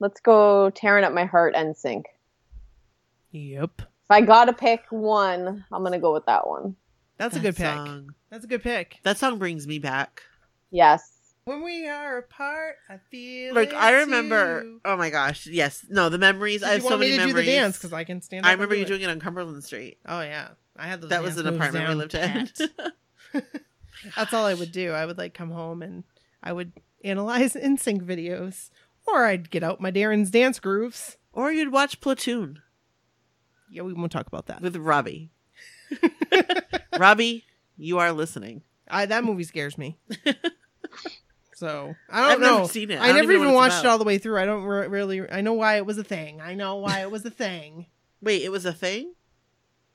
Speaker 3: Let's go tearing up my heart and sync.
Speaker 2: Yep.
Speaker 3: If I gotta pick one, I'm gonna go with that one.
Speaker 2: That's a
Speaker 1: That
Speaker 2: good pick.
Speaker 1: Song,
Speaker 2: That's a good pick.
Speaker 1: that song brings me back.
Speaker 3: Yes.
Speaker 2: When we are apart, I feel
Speaker 1: Like
Speaker 2: it
Speaker 1: I remember.
Speaker 2: too.
Speaker 1: Oh my gosh. Yes. No. The memories.
Speaker 2: Did
Speaker 1: I have
Speaker 2: you
Speaker 1: so
Speaker 2: want
Speaker 1: many
Speaker 2: me to
Speaker 1: memories.
Speaker 2: do the dance because I can stand.
Speaker 1: I
Speaker 2: up and
Speaker 1: remember
Speaker 2: do
Speaker 1: you
Speaker 2: it.
Speaker 1: doing it on Cumberland Street.
Speaker 2: Oh yeah, I had those.
Speaker 1: That was an
Speaker 2: dance moves
Speaker 1: apartment we
Speaker 2: down
Speaker 1: lived in.
Speaker 2: pat.
Speaker 1: <laughs>
Speaker 2: <laughs> That's all I would do. I would like come home and I would analyze <laughs> NSYNC videos, or I'd get out my Darren's dance grooves.
Speaker 1: or you'd watch Platoon
Speaker 2: Yeah, we won't talk about that.
Speaker 1: with
Speaker 2: <laughs>
Speaker 1: Robbie. Robbie, you are listening.
Speaker 2: I, that movie scares
Speaker 1: <laughs>
Speaker 2: me. so I don't
Speaker 1: I've
Speaker 2: know.
Speaker 1: never seen it.
Speaker 2: Oh, I, never even watched it
Speaker 1: all.
Speaker 2: all the way through. I don't re- really. I know why it was a thing. I know why it was a thing
Speaker 1: Wait, it was a thing?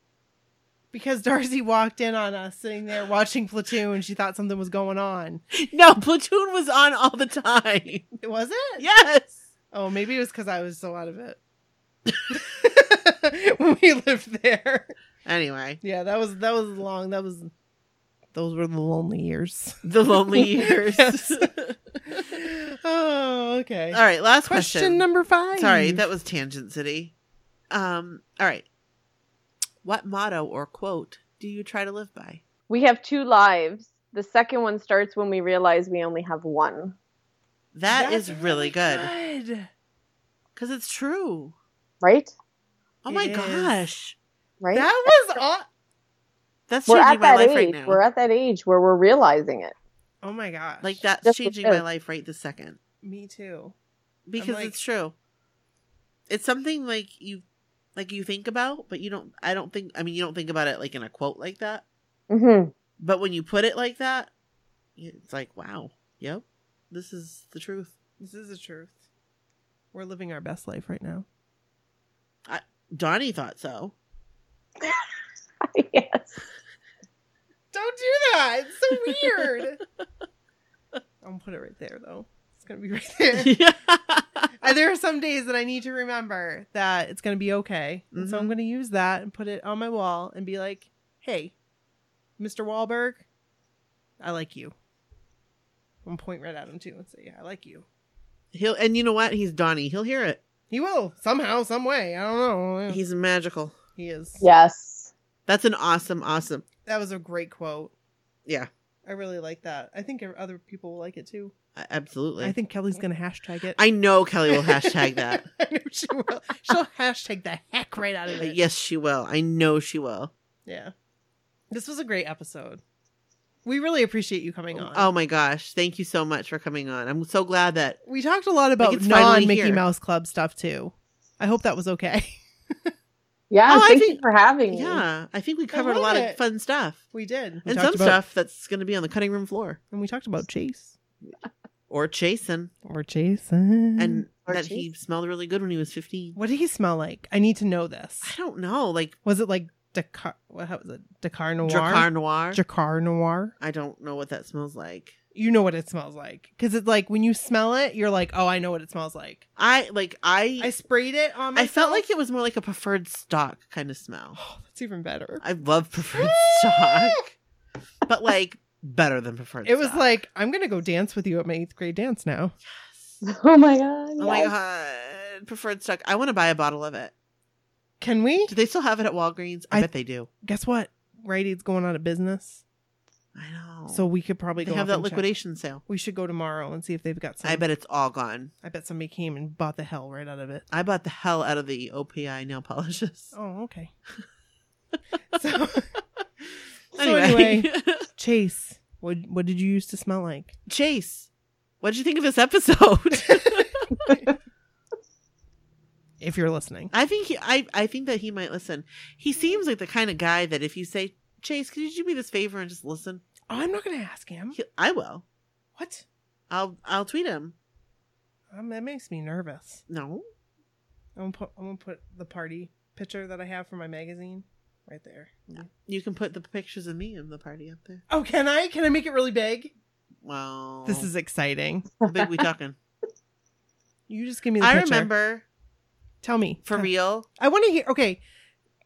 Speaker 1: <laughs>
Speaker 2: because <laughs> Darcy walked in on us sitting there watching Platoon. She thought something was going on.
Speaker 1: No, Platoon was on all the time. <laughs>
Speaker 2: Was it?
Speaker 1: Yes.
Speaker 2: Oh, maybe it was because I was so out of it <laughs> when we lived there.
Speaker 1: Anyway,
Speaker 2: Yeah, that was that was long. That was those were the lonely years.
Speaker 1: the <laughs>
Speaker 2: <laughs>
Speaker 1: lonely years.
Speaker 2: Yes. oh, okay.
Speaker 1: All right, last
Speaker 2: question,
Speaker 1: question.
Speaker 2: number five.
Speaker 1: Sorry, that was Tangent City. Um, all right. What motto or quote do you try to live by?
Speaker 3: We have two lives. The second one starts when we realize we only have one.
Speaker 1: That's really good because it's true.
Speaker 3: Right?
Speaker 1: Oh
Speaker 2: It
Speaker 1: my
Speaker 2: is.
Speaker 1: gosh,
Speaker 3: Right?
Speaker 2: That was aw-
Speaker 1: that's
Speaker 3: we're
Speaker 1: changing
Speaker 3: at
Speaker 1: my
Speaker 3: that
Speaker 1: life
Speaker 3: age.
Speaker 1: right now.
Speaker 3: We're at that age where we're realizing it.
Speaker 2: Oh my gosh.
Speaker 1: like that's
Speaker 3: That's
Speaker 1: changing
Speaker 3: what it
Speaker 1: my
Speaker 3: is.
Speaker 1: life right this second
Speaker 2: Me too.
Speaker 1: because
Speaker 2: like-
Speaker 1: it's true. It's something like you, like you think about, but you don't. I don't think. I mean, you don't think about it like in a quote like that.
Speaker 3: Mm-hmm. <laughs>
Speaker 1: But when you put it like that, it's like, wow, yep, this is the truth.
Speaker 2: This is the truth. We're living our best life right now.
Speaker 1: Donnie thought so.
Speaker 3: <laughs>
Speaker 1: <laughs>
Speaker 3: yes.
Speaker 2: Don't do that. It's so <laughs> weird. I'm gonna put it right there though. It's gonna be right <laughs> there. Uh, there are some days that I need to remember that it's going to be okay. And so I'm
Speaker 1: Mhm.
Speaker 2: going to use that and put it on my wall and be like, hey, Mr. Wahlberg, I like you. I'm going to point right at him too and say, yeah, I like you.
Speaker 1: He'll and you know what? He's Donnie. He'll hear it.
Speaker 2: He will somehow, some way. I don't
Speaker 3: Mm.
Speaker 2: know. He,
Speaker 1: He's magical.
Speaker 2: is.
Speaker 3: Yes.
Speaker 1: That's an awesome, awesome.
Speaker 2: That was a great quote.
Speaker 1: Yeah,
Speaker 2: I really like that. I think other people will like it too.
Speaker 1: a- absolutely.
Speaker 2: I think Kelly's going to hashtag it.
Speaker 1: I know Kelly will
Speaker 2: <laughs>
Speaker 1: hashtag that. Uh,
Speaker 2: I know she will. She'll hashtag the heck right out of it.
Speaker 1: yes, she will. I know she will.
Speaker 2: Yeah. This was a great episode. We really appreciate you coming on.
Speaker 1: Oh my gosh! Thank you so much for coming on. I'm so glad that
Speaker 2: we talked a lot about
Speaker 1: it's finally
Speaker 2: non Mickey
Speaker 1: here.
Speaker 2: Mouse Club stuff too. I hope that was okay. <laughs>
Speaker 3: Yeah.
Speaker 1: Oh, I
Speaker 3: thank you
Speaker 1: think-
Speaker 3: for having me.
Speaker 1: yeah, I think we covered a
Speaker 2: love
Speaker 1: lot
Speaker 2: it.
Speaker 1: of fun stuff
Speaker 2: We did. We
Speaker 1: and
Speaker 2: talked
Speaker 1: some
Speaker 2: about-
Speaker 1: stuff that's going to be on the cutting room floor
Speaker 2: And we talked about Chase
Speaker 1: or Jason
Speaker 2: or Jason.
Speaker 1: and
Speaker 3: Or
Speaker 1: that he smelled really good when he was 15.
Speaker 2: Mm-hmm. what did he smell like? I need to know this.
Speaker 1: I don't know, like
Speaker 2: Was it like Dakar? What how was it? Dakar Noir.
Speaker 1: Dracar Noir.
Speaker 2: Dracar Noir.
Speaker 1: I don't know what that smells like.
Speaker 2: You know what it smells like because it's like when you smell it, you're like, oh, I know what it smells like.
Speaker 1: I like I
Speaker 2: I sprayed it on.
Speaker 1: I
Speaker 2: Myself.
Speaker 1: felt like it was more like a preferred stock kind of smell.
Speaker 2: Oh, that's even better.
Speaker 1: I love preferred stock, but like better than preferred.
Speaker 2: It was
Speaker 1: stock.
Speaker 2: like, I'm going to go dance with you at my eighth grade dance now.
Speaker 3: Oh my god.
Speaker 1: oh my god, preferred stock. I want to buy a bottle of it.
Speaker 2: Can we?
Speaker 1: Do they still have it at Walgreens? I,
Speaker 2: I-
Speaker 1: bet they do.
Speaker 2: Guess what? Rite Aid's going out of business.
Speaker 1: I know.
Speaker 2: So we could probably
Speaker 1: Oh. they
Speaker 2: go
Speaker 1: have
Speaker 2: up
Speaker 1: that
Speaker 2: and check.
Speaker 1: liquidation sale.
Speaker 2: We should go tomorrow and see if they've got some.
Speaker 1: I bet it's all gone.
Speaker 2: I bet somebody came and bought the hell right out
Speaker 1: <laughs>
Speaker 2: of it.
Speaker 1: I bought the hell out of the OPI nail polishes.
Speaker 2: Oh, okay.
Speaker 1: <laughs>
Speaker 2: so, so
Speaker 1: Anyway.
Speaker 2: anyway, Chase, what what did you used to smell like?
Speaker 1: <laughs> Chase, what did you think of this episode?
Speaker 2: <laughs> If you're listening,
Speaker 1: I think he, I I think that he might listen. He seems like the kind of guy that if you say, "Chase, could you do me this favor and just listen?"
Speaker 2: oh, I'm not going to ask him.
Speaker 1: He, I will.
Speaker 2: What?
Speaker 1: I'll I'll tweet him.
Speaker 2: Um, that makes me nervous.
Speaker 1: No.
Speaker 2: I'm gonna put I'm gonna put the party picture that I have for my magazine right there.
Speaker 1: You can put the pictures of me and the party up there.
Speaker 2: Oh, can I? Can I make it really big?
Speaker 1: Wow.
Speaker 2: This is exciting.
Speaker 1: how big we talking.
Speaker 2: You just give me the
Speaker 1: I
Speaker 2: <laughs> picture.
Speaker 1: remember
Speaker 2: Tell me.
Speaker 1: for
Speaker 2: Tell-
Speaker 1: real.
Speaker 2: I want to hear. Okay.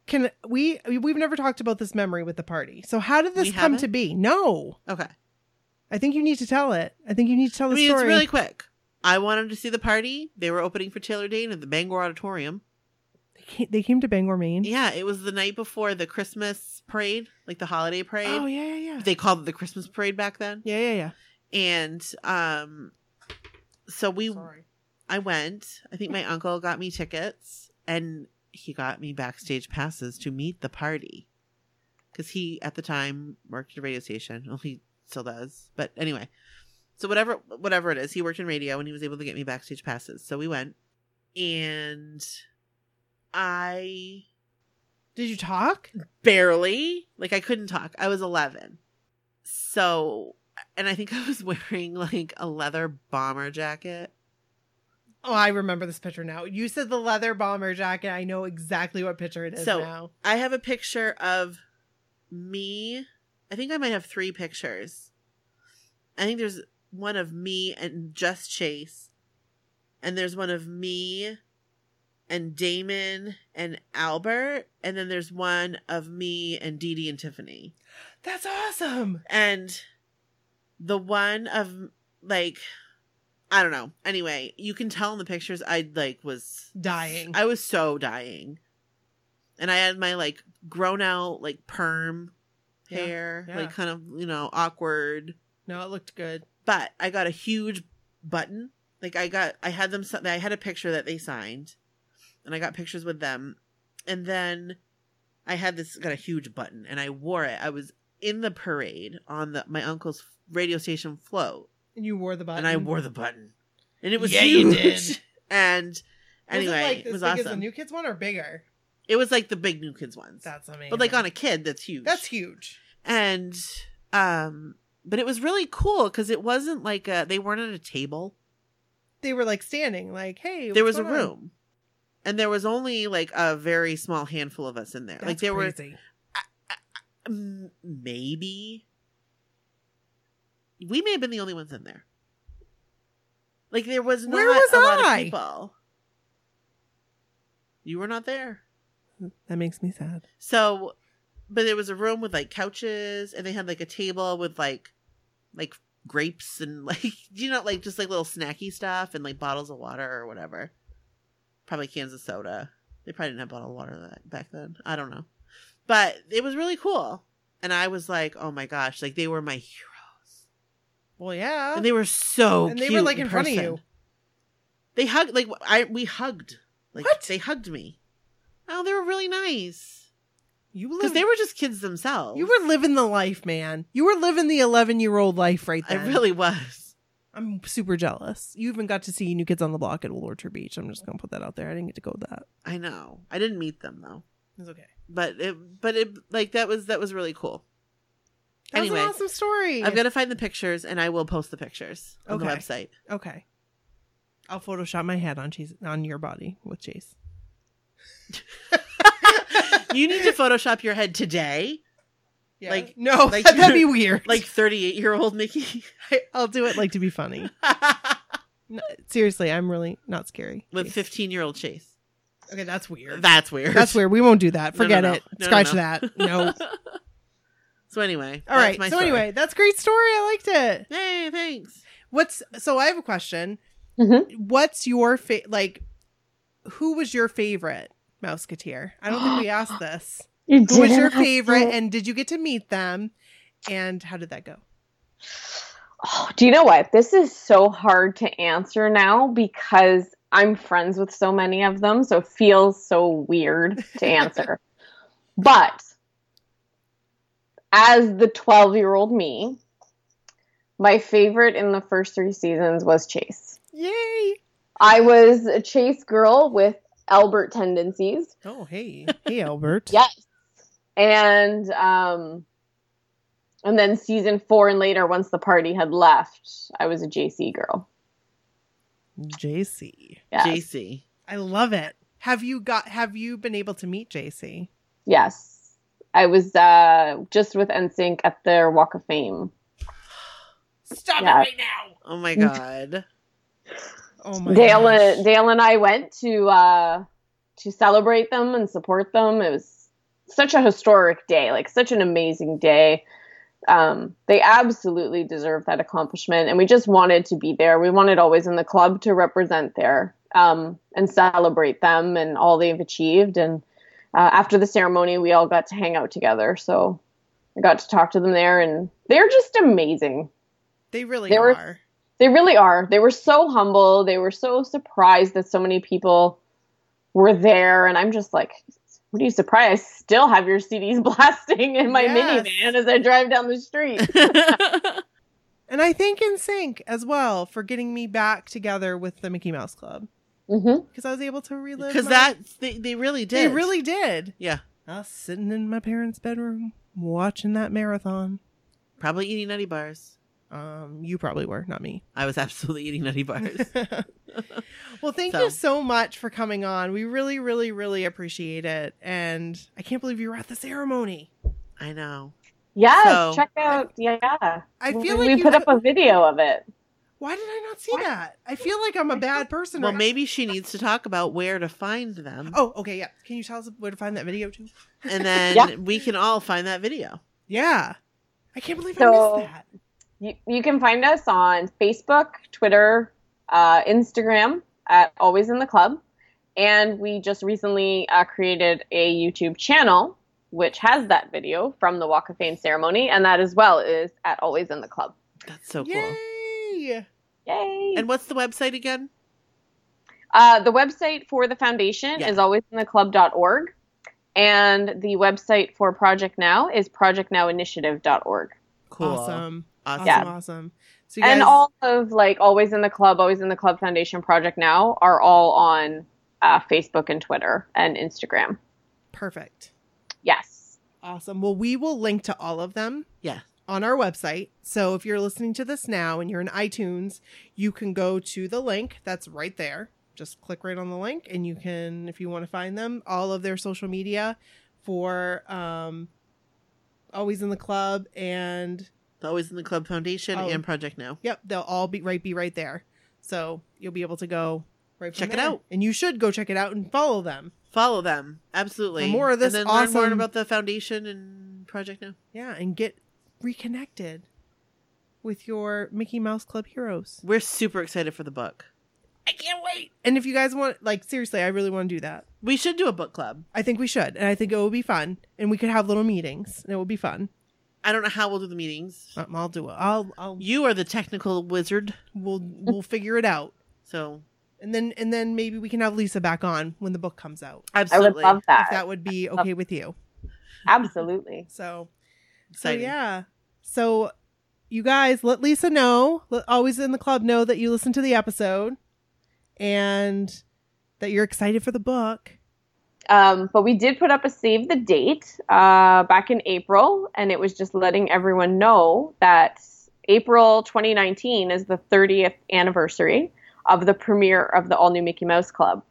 Speaker 2: Can we? We've never talked about this memory with the party. So how did this
Speaker 1: We
Speaker 2: come
Speaker 1: haven't?
Speaker 2: to be? No.
Speaker 1: Okay.
Speaker 2: I think you need to tell it. I think you need to tell
Speaker 1: I
Speaker 2: the
Speaker 1: mean,
Speaker 2: story.
Speaker 1: it's really quick. I wanted to see the party. They were opening for Taylor Dane at the Bangor Auditorium.
Speaker 2: they, came, they came to Bangor, Maine.
Speaker 1: Yeah, it was the night before the Christmas parade, like the holiday parade.
Speaker 2: Oh yeah, yeah, yeah.
Speaker 1: They called it the Christmas parade back then.
Speaker 2: yeah, yeah, yeah.
Speaker 1: and um so we
Speaker 2: Sorry.
Speaker 1: i went i think my uncle got me tickets and he got me backstage passes to meet the party because he at the time worked at a radio station well he still does but anyway so whatever whatever it is he worked in radio and he was able to get me backstage passes so we went and i
Speaker 2: Did you talk?
Speaker 1: barely like i couldn't talk i was 11 so and i think i was <laughs> wearing like a leather bomber jacket
Speaker 2: Oh, I remember this picture now. You said the leather bomber jacket. I know exactly what picture it is
Speaker 1: So-
Speaker 2: now.
Speaker 1: i have a picture of me i think i might have three pictures i think there's one of me and just chase and there's one of me and Damon and Albert, and then there's one of me and Dee Dee and Tiffany.
Speaker 2: That's awesome.
Speaker 1: And the one of like I don't know. Anyway, you can tell in the pictures I like was
Speaker 2: Dying.
Speaker 1: I was so dying. And I had my like grown out like perm
Speaker 2: Yeah,
Speaker 1: hair,
Speaker 2: yeah.
Speaker 1: like kind of, you know, awkward.
Speaker 2: no, it looked good.
Speaker 1: But I got a huge button. Like I got I had them si- I had a picture that they signed. And I got pictures with them. And then I had this got a huge button and I wore it. I was in the parade on the my uncle's radio station float
Speaker 2: And you wore the button.
Speaker 1: and I wore the button. And it was
Speaker 2: Yeah, you
Speaker 1: huge. <laughs>
Speaker 2: did.
Speaker 1: And
Speaker 2: Was
Speaker 1: anyway,
Speaker 2: it, like,
Speaker 1: it was
Speaker 2: as big
Speaker 1: awesome.
Speaker 2: As the new kids one or bigger?
Speaker 1: It was like the big new kids ones.
Speaker 2: That's amazing.
Speaker 1: but like on a kid, that's huge.
Speaker 2: that's huge.
Speaker 1: And um but it was really cool because it wasn't like a they weren't at a table.
Speaker 2: They were like standing, like, hey,
Speaker 1: there was
Speaker 2: what's
Speaker 1: a
Speaker 2: going on?
Speaker 1: room. And there was only like a very small handful of us in there. like
Speaker 2: That's
Speaker 1: there
Speaker 2: crazy.
Speaker 1: were mm, maybe we may have been the only ones in there. Like there was not
Speaker 2: Where was
Speaker 1: a lot
Speaker 2: I?
Speaker 1: of people. You were not there.
Speaker 2: that makes me sad.
Speaker 1: So, but there was a room with like couches, and they had like a table with like, like grapes and <laughs> like you know like just like little snacky stuff and like bottles of water or whatever, probably cans of soda. They probably didn't have bottled water that, back then. I don't know, but it was really cool, and I was like, oh my gosh, like they were my heroes,
Speaker 2: Well, yeah.
Speaker 1: and they were so
Speaker 2: And they were,
Speaker 1: cute
Speaker 2: like, in front of
Speaker 1: person.
Speaker 2: you.
Speaker 1: They hugged like I we hugged like
Speaker 2: What?
Speaker 1: they hugged me. Oh, they were really nice
Speaker 2: you
Speaker 1: because
Speaker 2: lived,
Speaker 1: they were just kids themselves.
Speaker 2: you were living the life, man. You were living the 11 year old life right
Speaker 1: I
Speaker 2: there.
Speaker 1: really was.
Speaker 2: I'm super jealous. You even got to see New Kids on the Block at Old Orchard Beach. I'm just gonna put that out there. I didn't get to go to that.
Speaker 1: I know. I didn't meet them though,
Speaker 2: It's okay.
Speaker 1: but it, but it, like that was that was really cool.
Speaker 2: That was
Speaker 1: Anyway,
Speaker 2: an awesome story.
Speaker 1: I'm gonna find the pictures and I will post the pictures on the
Speaker 2: Okay.
Speaker 1: website.
Speaker 2: okay. I'll Photoshop my head on Chase on your body with Chase.
Speaker 1: you
Speaker 2: <laughs>
Speaker 1: need to Photoshop your head today,
Speaker 2: Yeah.
Speaker 1: <laughs> Like-
Speaker 2: no, <laughs>
Speaker 1: like-
Speaker 2: that'd be weird.
Speaker 1: like 38 year old Nikki,
Speaker 2: I'll do it like to be funny. No, seriously, I'm really not scary.
Speaker 1: <laughs> with
Speaker 2: Chase.
Speaker 1: 15 year old Chase.
Speaker 2: Okay, that's weird.
Speaker 1: That's weird.
Speaker 2: That's weird. We won't do that.
Speaker 1: No, no,
Speaker 2: Forget
Speaker 1: no.
Speaker 2: it.
Speaker 1: No, no,
Speaker 2: Scratch
Speaker 1: no. <laughs>
Speaker 2: that. No.
Speaker 1: So anyway,
Speaker 2: All
Speaker 1: that's
Speaker 2: right.
Speaker 1: my
Speaker 2: So
Speaker 1: story.
Speaker 2: anyway, that's a great story. I liked it.
Speaker 1: Hey, thanks.
Speaker 2: What's so? I have a question.
Speaker 3: Mhm.
Speaker 2: What's your fa- like? Who was your favorite Mouseketeer? I don't think we <gasps> asked this.
Speaker 3: You
Speaker 2: Who was
Speaker 3: didn't
Speaker 2: your
Speaker 3: have to-
Speaker 2: favorite, and did you get to meet them? And how did that go?
Speaker 3: Oh, do you know what? This is so hard to answer now because I'm friends with so many of them, so it feels so weird to answer. but as the 12 year old me, my favorite in the first three seasons was Chase.
Speaker 2: Yay!
Speaker 3: I was a Chase girl with Albert tendencies.
Speaker 2: Oh, hey, <laughs> hey, Albert.
Speaker 3: Yes. And um and then season 4 and later once the party had left, I was a JC girl.
Speaker 2: JC.
Speaker 3: Yes.
Speaker 1: JC.
Speaker 2: I love it. Have you got? Have you been able to meet JC?
Speaker 3: Yes. I was uh just with NSYNC at their Walk of Fame.
Speaker 2: Stop
Speaker 3: Yeah.
Speaker 2: right now!
Speaker 1: Oh
Speaker 2: <laughs>
Speaker 1: my god.
Speaker 2: Oh my
Speaker 3: Dale
Speaker 2: gosh.
Speaker 3: Dale and I went to uh to celebrate them and support them. It was such a historic day, like such an amazing day. Um, they absolutely deserve that accomplishment, and we just wanted to be there. We wanted always in the club to represent there um, and celebrate them and all they've achieved. And uh, after the ceremony, we all got to hang out together. So I got to talk to them there, and they're just amazing.
Speaker 2: They really
Speaker 3: They were-
Speaker 2: are.
Speaker 3: They really are. They were so humble. They were so surprised that so many people were there. And I'm just like, what are you surprised? I still have your CDs <laughs> blasting in my
Speaker 2: Yes.
Speaker 3: minivan as I drive down the street.
Speaker 2: <laughs> And I thank NSYNC as well for getting me back together with the Mickey Mouse Club
Speaker 3: hmm
Speaker 2: because I was able
Speaker 1: <laughs>
Speaker 2: to relive
Speaker 1: Because
Speaker 2: my-
Speaker 1: that they, they really
Speaker 2: they
Speaker 1: did.
Speaker 2: really did.
Speaker 1: Yeah.
Speaker 2: I was sitting in my parents' bedroom watching that marathon.
Speaker 1: Probably eating nutty bars.
Speaker 2: Um, you probably were,
Speaker 1: <laughs>
Speaker 2: not me.
Speaker 1: I was absolutely eating nutty
Speaker 2: <laughs>
Speaker 1: bars.
Speaker 2: well, thank
Speaker 1: So.
Speaker 2: you so much for coming on. We really, really, really appreciate it, and I can't believe you were at the ceremony.
Speaker 1: I know.
Speaker 3: Yes,
Speaker 1: So-
Speaker 3: check out. Yeah.
Speaker 2: I
Speaker 3: We-
Speaker 2: feel
Speaker 3: we,
Speaker 2: like you
Speaker 3: put
Speaker 2: took-
Speaker 3: up a video of it.
Speaker 2: Why did I not see that? I feel like I'm a bad person.
Speaker 1: Well,
Speaker 2: right-
Speaker 1: maybe she needs to talk about where to find them,
Speaker 2: Oh, okay, yeah. Can you tell us where to find that video too? <laughs>
Speaker 1: and then
Speaker 3: Yeah.
Speaker 1: we can all find that video.
Speaker 2: Yeah. I can't believe I
Speaker 3: So-
Speaker 2: missed that.
Speaker 3: You, you can find us on Facebook, Twitter, uh, Instagram at Always in the Club. And we just recently uh, created a YouTube channel which has that video from the Walk of Fame ceremony. And that as well is at Always in the Club.
Speaker 1: That's so cool.
Speaker 2: Yay!
Speaker 3: Yay!
Speaker 1: And what's the website again?
Speaker 3: Uh, the website for the foundation
Speaker 1: Yeah.
Speaker 3: is alwaysintheclub.org, and the website for Project Now is projectnowinitiative.org.
Speaker 1: Cool.
Speaker 2: Awesome. Awesome.
Speaker 1: Awesome.
Speaker 3: Yeah.
Speaker 2: Awesome. So you guys,
Speaker 3: And all of like Always in the Club, Always in the Club Foundation, Project Now are all on uh, Facebook and Twitter and Instagram.
Speaker 2: perfect.
Speaker 3: Yes.
Speaker 2: Awesome. Well, we will link to all of them.
Speaker 1: Yeah.
Speaker 2: On our website. So if you're listening to this now and you're in iTunes, you can go to the link that's right there. Just click right on the link and you can, if you want to find them, all of their social media for um, Always in the Club and
Speaker 1: Always in the Club Foundation
Speaker 2: Oh.
Speaker 1: and Project Now.
Speaker 2: Yep, they'll all be right be right there. So you'll be able to go right from
Speaker 1: Check it
Speaker 2: there.
Speaker 1: out.
Speaker 2: and you should go check it out and follow them.
Speaker 1: Follow them absolutely.
Speaker 2: For more of this
Speaker 1: and then learn
Speaker 2: awesome-
Speaker 1: more about the foundation and Project Now.
Speaker 2: Yeah, and get reconnected with your Mickey Mouse Club heroes.
Speaker 1: We're super excited for the book.
Speaker 2: I can't wait. And if you guys want, like, seriously, I really want to do that.
Speaker 1: We should do a book club.
Speaker 2: I think we should, and I think it would be fun, and we could have little meetings, and it would be fun.
Speaker 1: I don't know how we'll do the meetings.
Speaker 2: Um, I'll do it. I'll, I'll,
Speaker 1: You are the technical wizard,
Speaker 2: we'll, we'll figure it out,
Speaker 1: so
Speaker 2: and then, and then maybe we can have Lisa back on when the book comes out,
Speaker 3: I would
Speaker 1: absolutely
Speaker 3: love that.
Speaker 2: if that would be okay with you.
Speaker 3: Absolutely.
Speaker 2: So,
Speaker 1: exciting.
Speaker 2: So yeah. So you guys let Lisa know, let always in the club know that you listened to the episode and that you're excited for the book.
Speaker 3: Um, but we did put up a save the date uh, back in April, and it was just letting everyone know that April 2019 is the 30th anniversary of the premiere of the all new Mickey Mouse Club.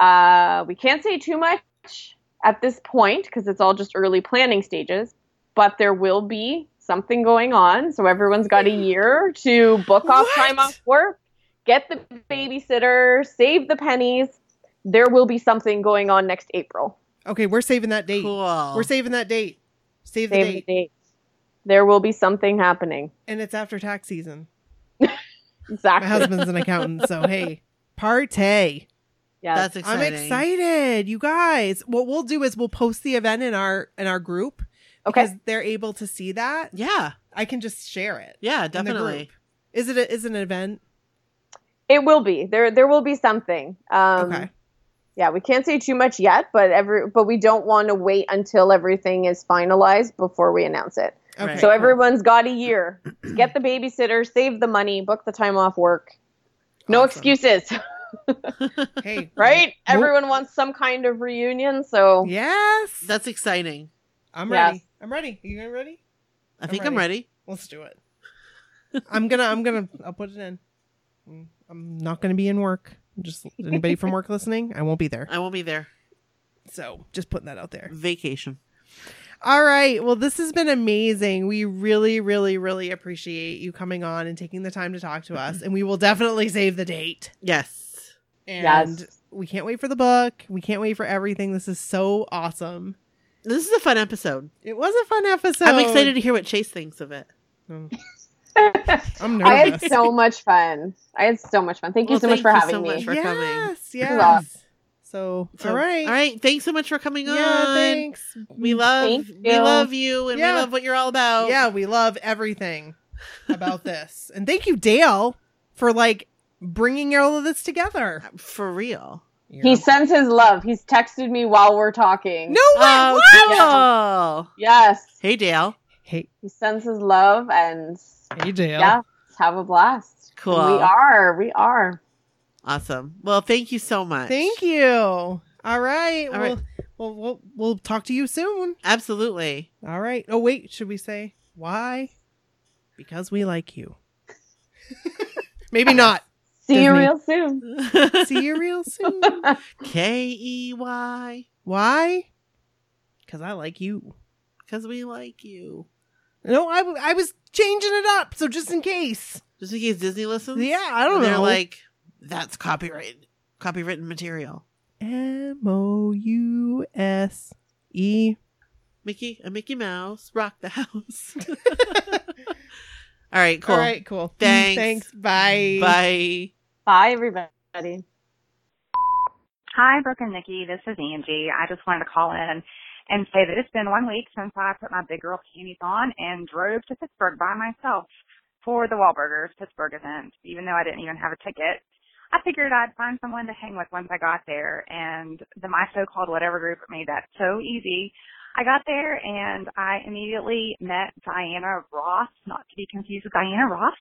Speaker 3: Uh, we can't say too much at this point because it's all just early planning stages, but there will be something going on. So everyone's got
Speaker 2: <gasps>
Speaker 3: a year to book off
Speaker 2: What?
Speaker 3: time off work, get the babysitter, save the pennies there will be something going on next April.
Speaker 2: Okay, we're saving that date.
Speaker 1: cool.
Speaker 2: We're saving that date. Save the
Speaker 3: Save the
Speaker 2: date.
Speaker 3: date. There will be something happening.
Speaker 2: And it's after tax season. My
Speaker 3: Exactly.
Speaker 2: husband's an accountant,
Speaker 1: <laughs>
Speaker 2: so hey, partay.
Speaker 3: yes.
Speaker 1: That's exciting.
Speaker 2: I'm excited, you guys. What we'll do is we'll post the event in our in our group
Speaker 3: okay.
Speaker 2: because they're able to see that.
Speaker 1: Yeah,
Speaker 2: I can just share it.
Speaker 1: yeah,
Speaker 2: in the
Speaker 1: definitely.
Speaker 2: group. Is it a, is it an event?
Speaker 3: It will be. There there will be something. Um
Speaker 2: okay.
Speaker 3: yeah, we can't say too much yet, but every but we don't want to wait until everything is finalized before we announce it.
Speaker 2: Okay.
Speaker 3: so
Speaker 2: cool.
Speaker 3: everyone's got a year. Get the babysitter, save the money, book the time off work. No
Speaker 2: Awesome.
Speaker 3: excuses, <laughs>
Speaker 2: Hey,
Speaker 3: right?
Speaker 2: Nope.
Speaker 3: Everyone wants some kind of reunion, so
Speaker 2: Yes.
Speaker 1: That's exciting.
Speaker 2: I'm
Speaker 3: Yes.
Speaker 2: ready. I'm ready. Are you guys ready?
Speaker 1: I
Speaker 2: I'm
Speaker 1: think I'm ready.
Speaker 2: Let's do it. I'm gonna. I'm gonna. I'll put it in. Mm, I'm not gonna be in work. Just anybody from
Speaker 3: <laughs>
Speaker 2: work listening, I won't be there.
Speaker 1: I won't be there.
Speaker 2: So just putting that out there.
Speaker 1: Vacation.
Speaker 2: All right. Well, this has been amazing. We really, really, really appreciate you coming on and taking the time to talk to us. And we will definitely save the date.
Speaker 1: Yes.
Speaker 2: And <laughs>
Speaker 3: Yes.
Speaker 2: we can't wait for the book. We can't wait for everything. This is so awesome.
Speaker 1: This is a fun episode.
Speaker 2: It was a fun episode.
Speaker 1: I'm excited to hear what Chase thinks of it.
Speaker 2: Mm,
Speaker 3: I
Speaker 2: I'm nervous.
Speaker 3: had so much fun. I had so much fun. Thank you
Speaker 1: Well,
Speaker 3: so much
Speaker 1: thank
Speaker 3: for
Speaker 1: you so
Speaker 3: having
Speaker 1: much
Speaker 3: me.
Speaker 1: for- coming.
Speaker 2: Yes,
Speaker 3: is
Speaker 2: yes. So,
Speaker 1: So,
Speaker 2: all right.
Speaker 1: All right. Thanks so much for coming on.
Speaker 2: Yeah, thanks.
Speaker 1: We love
Speaker 3: Thank
Speaker 1: we
Speaker 3: you.
Speaker 1: love you and
Speaker 2: Yeah.
Speaker 1: we love what you're all about.
Speaker 2: Yeah, we love everything about <laughs> this. And thank you, Dale, for like bringing all of this together.
Speaker 1: For real.
Speaker 3: He sends his love. He's texted me while we're talking.
Speaker 2: no way.
Speaker 1: Oh,
Speaker 2: what?
Speaker 1: cool.
Speaker 3: Yes.
Speaker 1: Hey Dale.
Speaker 2: Hey,
Speaker 3: He sends his love and
Speaker 2: hey, Dale.
Speaker 3: yeah, have a blast.
Speaker 1: Cool.
Speaker 3: We are. We are.
Speaker 1: Awesome. Well, thank you so much.
Speaker 2: Thank you. All right.
Speaker 1: All
Speaker 2: All
Speaker 1: right.
Speaker 2: right. We'll, we'll we'll talk to you soon.
Speaker 1: Absolutely.
Speaker 2: <laughs> All right. Oh wait, should we say why? Because we like you. <laughs> Maybe not.
Speaker 3: See you
Speaker 2: Disney.
Speaker 3: real soon.
Speaker 2: See you real soon.
Speaker 1: K E Y.
Speaker 2: Why? Because I like you.
Speaker 1: Because we like you.
Speaker 2: No, I, w- I was changing it up, so just in case.
Speaker 1: Just in case Disney listens.
Speaker 2: Yeah, I don't
Speaker 1: And They're
Speaker 2: know.
Speaker 1: like, that's copyright, copywritten material.
Speaker 2: M O U S E.
Speaker 1: Mickey, a Mickey Mouse, rock the
Speaker 2: <laughs>
Speaker 1: house. <laughs> All right, cool.
Speaker 2: All right, cool.
Speaker 1: Thanks.
Speaker 2: Thanks. Bye.
Speaker 1: Bye.
Speaker 3: Bye, everybody.
Speaker 4: Hi, Brooke and Nikki. This is Angie. I just wanted to call in and say that it's been one week since I put my big girl panties on and drove to Pittsburgh by myself for the Wahlburgers Pittsburgh event, even though I didn't even have a ticket. I figured I'd find someone to hang with once I got there, and the my so-called whatever group made that so easy. I got there and I immediately met Diana Ross, not to be confused with Diana Ross,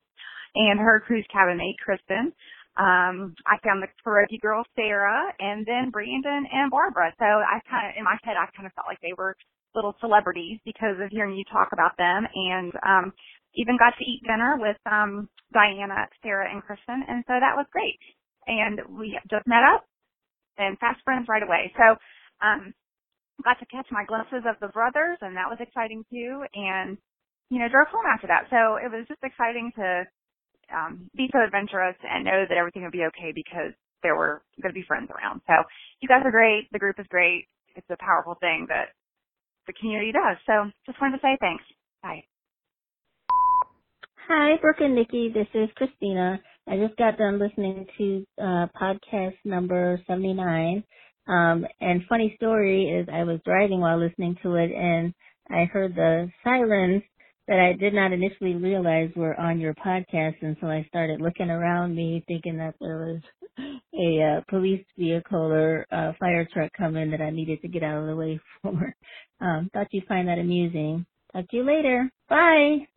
Speaker 4: and her cruise cabin mate Kristen. Um, I found the karaoke girl Sarah, and then Brandon and Barbara. So I kind of, in my head, I kind of felt like they were little celebrities because of hearing you talk about them, and um, even got to eat dinner with um, Diana, Sarah, and Kristen, and so that was great. And we just met up and fast friends right away. So um, got to catch my glimpses of the brothers, and that was exciting too. And you know, drove home after that. So it was just exciting to um, be so adventurous and know that everything would be okay because there were going to be friends around. So you guys are great. The group is great. It's a powerful thing that the community does. So just wanted to say thanks. Bye.
Speaker 5: Hi, Brooke and Nikki. This is Christina. I just got done listening to uh, podcast number 79. Um, and funny story is I was driving while listening to it and I heard the sirens that I did not initially realize were on your podcast. And so I started looking around me thinking that there was a uh, police vehicle or uh, fire truck coming that I needed to <laughs> get out of the way for. Um, thought you'd find that amusing. Talk to you later. Bye.